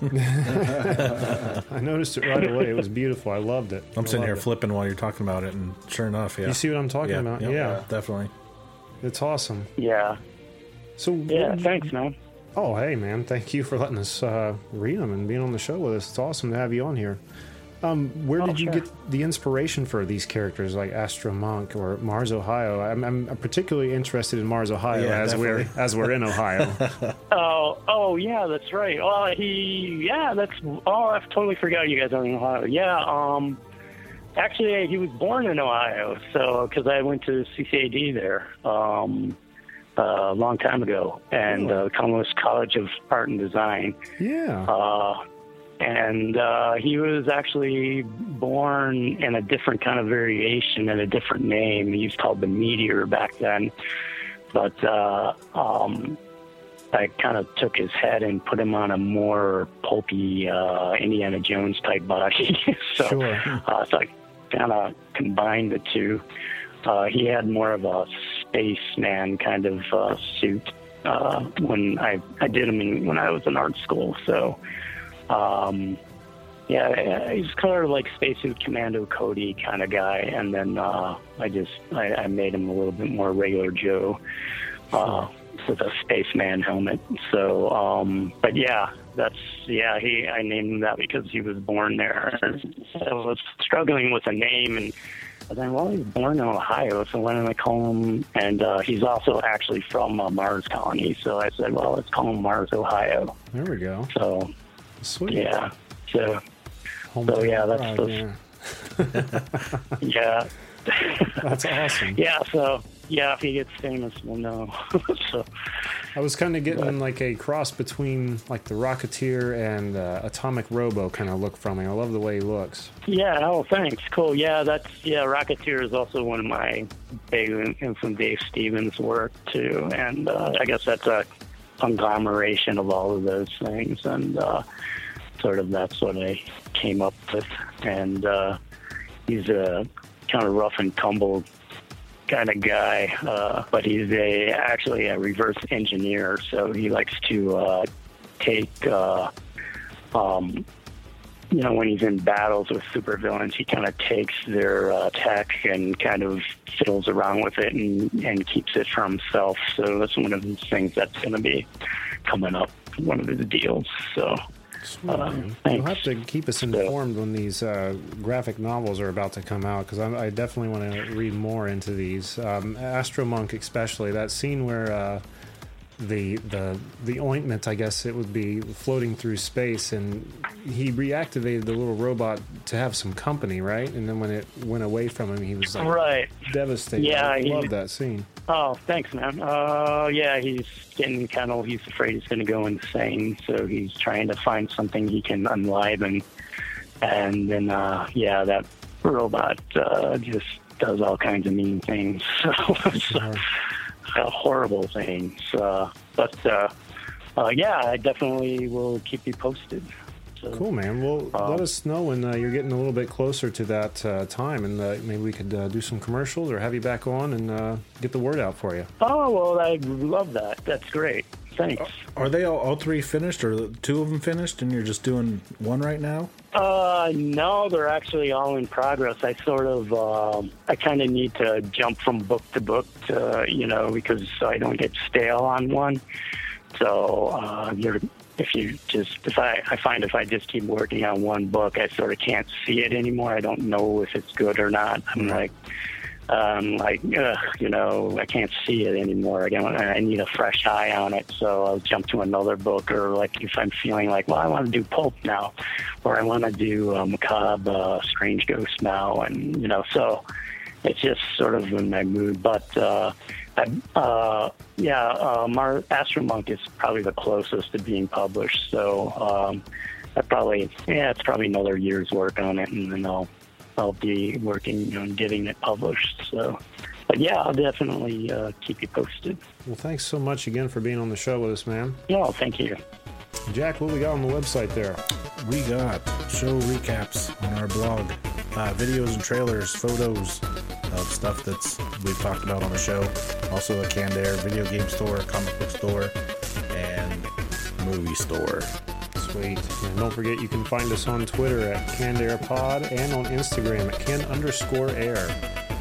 I noticed it right away. It was beautiful. I loved it. I'm I sitting here loved it. flipping while you're talking about it, and sure enough, yeah. You see what I'm talking yeah, about? yep, yeah, definitely. it's awesome. yeah, So yeah. what- Thanks, man. Oh, hey, man. Thank you for letting us uh, read them and being on the show with us. It's awesome to have you on here. Um, where did you Oh, sure. get the inspiration for these characters like Astro Monk or Mars, Ohio? I'm, I'm particularly interested in Mars, Ohio, Yeah, as we're definitely. as we're in Ohio. Oh, oh yeah, that's right. Oh, he, yeah, that's. Oh, I totally forgot you guys are in Ohio. Yeah, um, actually, he was born in Ohio, so because I went to CCAD there, um, uh, a long time ago, and uh, Commonwealth College of Art and Design. yeah. Uh, and uh, he was actually born in a different kind of variation and a different name. He was called the Meteor back then. but uh, um, I kind of took his head and put him on a more pulpy uh, Indiana Jones type body. so, Sure. uh, so I kind of combined the two. Uh, he had more of a spaceman kind of uh, suit uh, when I, I did him in, when I was in art school. So, um, yeah, he's kind of like spacesuit commando Cody kind of guy. And then uh, I just I, I made him a little bit more regular Joe uh, with a spaceman helmet. So, um, but yeah, that's yeah. He I named him that because he was born there. And I was struggling with a name, and I was like, well, he's born in Ohio, so why don't I call him? And uh, he's also actually from a Mars colony, so I said, well, let's call him Mars Ohio. There we go. So Sweet. yeah, so Home So, yeah, that's pride, the- yeah. yeah, That's awesome. yeah, so. Yeah, if he gets famous, we'll know. so, I was kind of getting like a cross between like the Rocketeer and uh, Atomic Robo kind of look from him. I love the way he looks. Yeah. Oh, thanks. Cool. Yeah, that's yeah. Rocketeer is also one of my big and from Dave Stevens' work too, and uh, I guess that's a conglomeration of all of those things, and uh, sort of that's what I came up with. And uh, he's a kind of rough and tumble kind of guy, uh, but he's a actually a reverse engineer, so he likes to uh, take. Uh, um, you know, when he's in battles with supervillains, he kind of takes their uh, tech and kind of fiddles around with it and, and keeps it for himself. So that's one of the things that's going to be coming up, one of the deals. So, Sweet, Uh, man. You'll have thanks. to keep us informed when these uh, graphic novels are about to come out because I, I definitely want to read more into these. Um, Astro Monk, especially that scene where uh, the the the ointment, I guess it would be, floating through space, and he reactivated the little robot to have some company, right? And then when it went away from him, he was like right. devastated. Yeah, I he- love that scene. Oh, thanks, man. Uh, yeah, he's getting kind of, he's afraid he's going to go insane. So he's trying to find something he can unliven. And then, uh, yeah, that robot uh, just does all kinds of mean things. So it's a, a horrible things. Uh, but uh, uh, yeah, I definitely will keep you posted. So, Cool, man. Well, let us know when uh, you're getting a little bit closer to that uh, time, and uh, maybe we could uh, do some commercials or have you back on and uh, get the word out for you. Oh, well, I love that. That's great. Thanks. Are they all, all three finished, or two of them finished, and you're just doing one right now? Uh, no, they're actually all in progress. I sort of, um, I kind of need to jump from book to book, to, you know, because I don't get stale on one. So, uh, you're, if you just, if I, I find if I just keep working on one book, I sort of can't see it anymore. I don't know if it's good or not. I'm like, um, like, ugh, you know, I can't see it anymore. I don't, I need a fresh eye on it. So I'll jump to another book, or like if I'm feeling like, well, I want to do pulp now, or I want to do uh, macabre, uh, strange ghost now, and you know, so it's just sort of in my mood. But uh, I, uh, yeah, um, our Astro Monk is probably the closest to being published. So um, I probably, yeah, it's probably another year's work on it, and then I'll I'll be working on getting it published. So, but yeah, I'll definitely uh, keep you posted. Well, thanks so much again for being on the show with us, man. No, thank you. Jack, what we got on the website there? We got show recaps on our blog, uh, videos and trailers, photos of stuff that's we've talked about on the show. Also, a canned air video game store, comic book store, and movie store. Sweet. And don't forget, you can find us on Twitter at Canned Air Pod and on Instagram at Can underscore Air.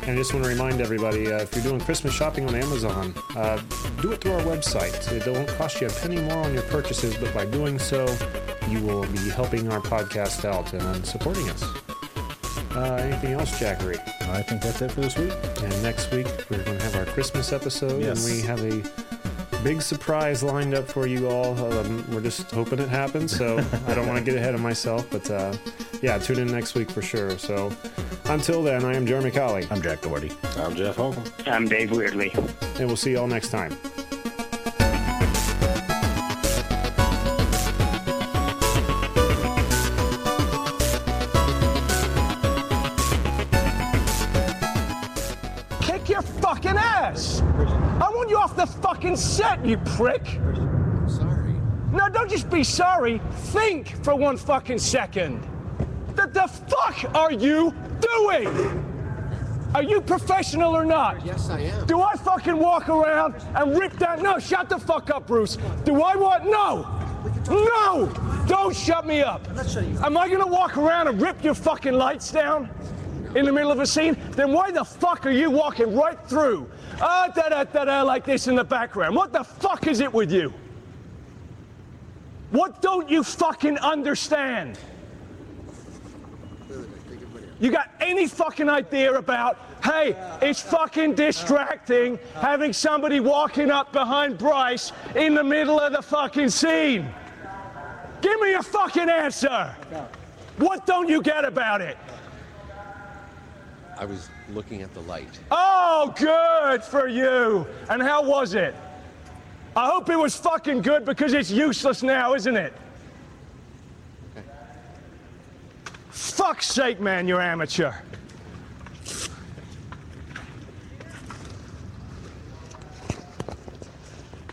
And I just want to remind everybody uh, if you're doing Christmas shopping on Amazon, uh, do it through our website. It won't cost you a penny more on your purchases, but by doing so, you will be helping our podcast out and supporting us. Uh, anything else, Jackery? I think that's it for this week. And next week we're going to have our Christmas episode, Yes. and we have a big surprise lined up for you all. Um, we're just hoping it happens, so I don't want to get ahead of myself. But uh, yeah, tune in next week for sure. So until then, I am Jeremy Colley, I'm Jack Doherty. I'm Jeff Holcomb. I'm Dave Weirdly. and we'll see you all next time. kick your fucking ass. I want throwing you off the fucking set, you prick. Sorry. No, don't just be sorry. Think for one fucking second. What the fuck are you doing? Are you professional or not? Yes, I am. Do I fucking walk around and rip that? No, shut the fuck up, Bruce. Do I want? No. No! Don't shut me up. I'm not shutting you Am I gonna walk around and rip your fucking lights down? in the middle of a scene, then why the fuck are you walking right through? Ah, da da da da, like this in the background. What the fuck is it with you? What don't you fucking understand? You got any fucking idea about, hey, it's fucking distracting having somebody walking up behind Bryce in the middle of the fucking scene? Give me a fucking answer. What don't you get about it? I was looking at the light. Oh, good for you. And how was it? I hope it was fucking good because it's useless now, isn't it? Fuck's sake, man, you're amateur.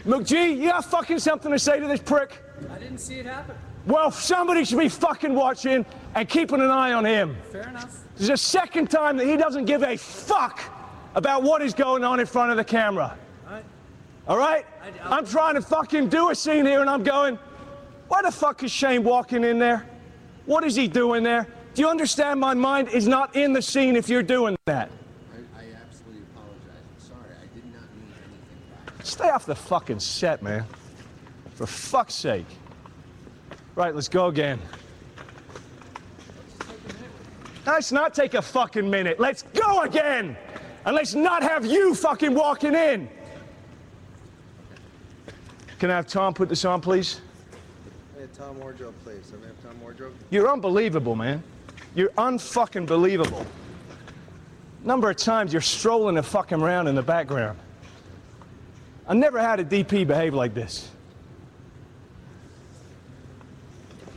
McGee, you have fucking something to say to this prick? I didn't see it happen. Well, somebody should be fucking watching and keeping an eye on him. Fair enough. This is the second time that he doesn't give a fuck about what is going on in front of the camera. Alright. All right? I- I'm trying to fucking do a scene here and I'm going, why the fuck is Shane walking in there? What is he doing there? Do you understand my mind is not in the scene if you're doing that? I, I absolutely apologize. I'm sorry. I did not mean anything. Stay off the fucking set, man. For fuck's sake. Right, let's go again. Let's not take a fucking minute. Let's go again. And let's not have you fucking walking in. Can I have Tom put this on, please? Hey, Tom Wardrobe, please. I have Tom Wardrobe. You're unbelievable, man. You're unfucking believable. Number of times you're strolling the fucking around in the background. I never had a DP behave like this.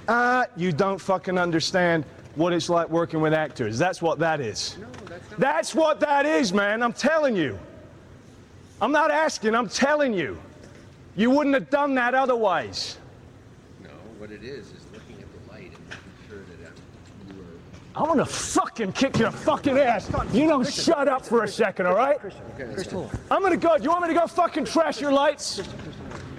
Ah, you don't fucking understand what it's like working with actors. That's what that is. That's what that is, man. I'm telling you. I'm not asking, I'm telling you. You wouldn't have done that otherwise. No, what it is is looking at the light and making sure that I'm, you were. I'm gonna fucking kick your fucking ass. You don't shut up for a second, all right? I'm gonna go. Do you want me to go fucking trash your lights? Do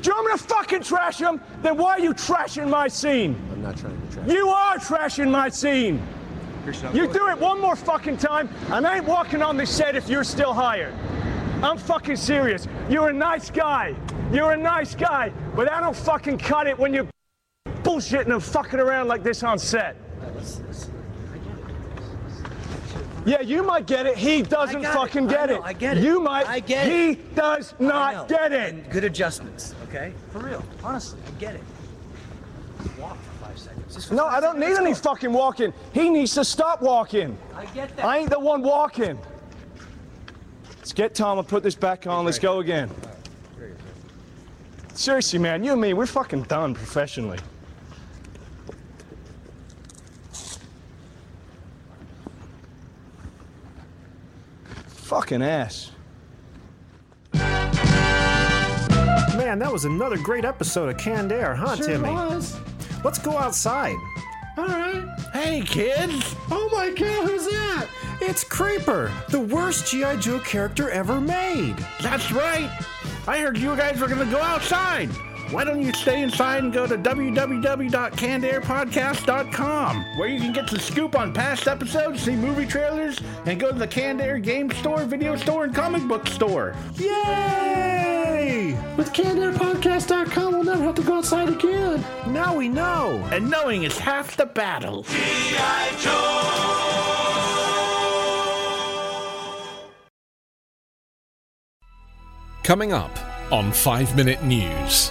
you want me to fucking trash them? Then why are you trashing my scene? I'm not trying to track. You are trashing my scene. You do it one more fucking time, and I ain't walking on this set if you're still hired. I'm fucking serious. You're a nice guy. You're a nice guy, but I don't fucking cut it when you're bullshitting and fucking around like this on set. Yeah, you might get it. He doesn't got it. fucking I get know, it. I get it. You might. I get he it. does I know. not get it. And good adjustments, okay? For real. Honestly, I get it. Walk for five seconds. Just for No, five I don't need seconds. any fucking walking. He needs to stop walking. I get that. I ain't the one walking. Let's get Tom and put this back on. Let's go again. Seriously, man, you and me, we're fucking done professionally. Fucking ass. Man, that was another great episode of Canned Air, huh, Timmy? Let's go outside. All right. Hey, kids! Oh my god, who's that? It's Creeper, the worst G.I. Joe character ever made. That's right! I heard you guys were gonna go outside! Why don't you stay inside and go to www.cannedairpodcast.com where you can get the scoop on past episodes, see movie trailers, and go to the Canned Air game store, video store, and comic book store. Yay! With CandairPodcast.com, we'll never have to go outside again. Now we know. And knowing is half the battle. Coming up on 5 Minute News,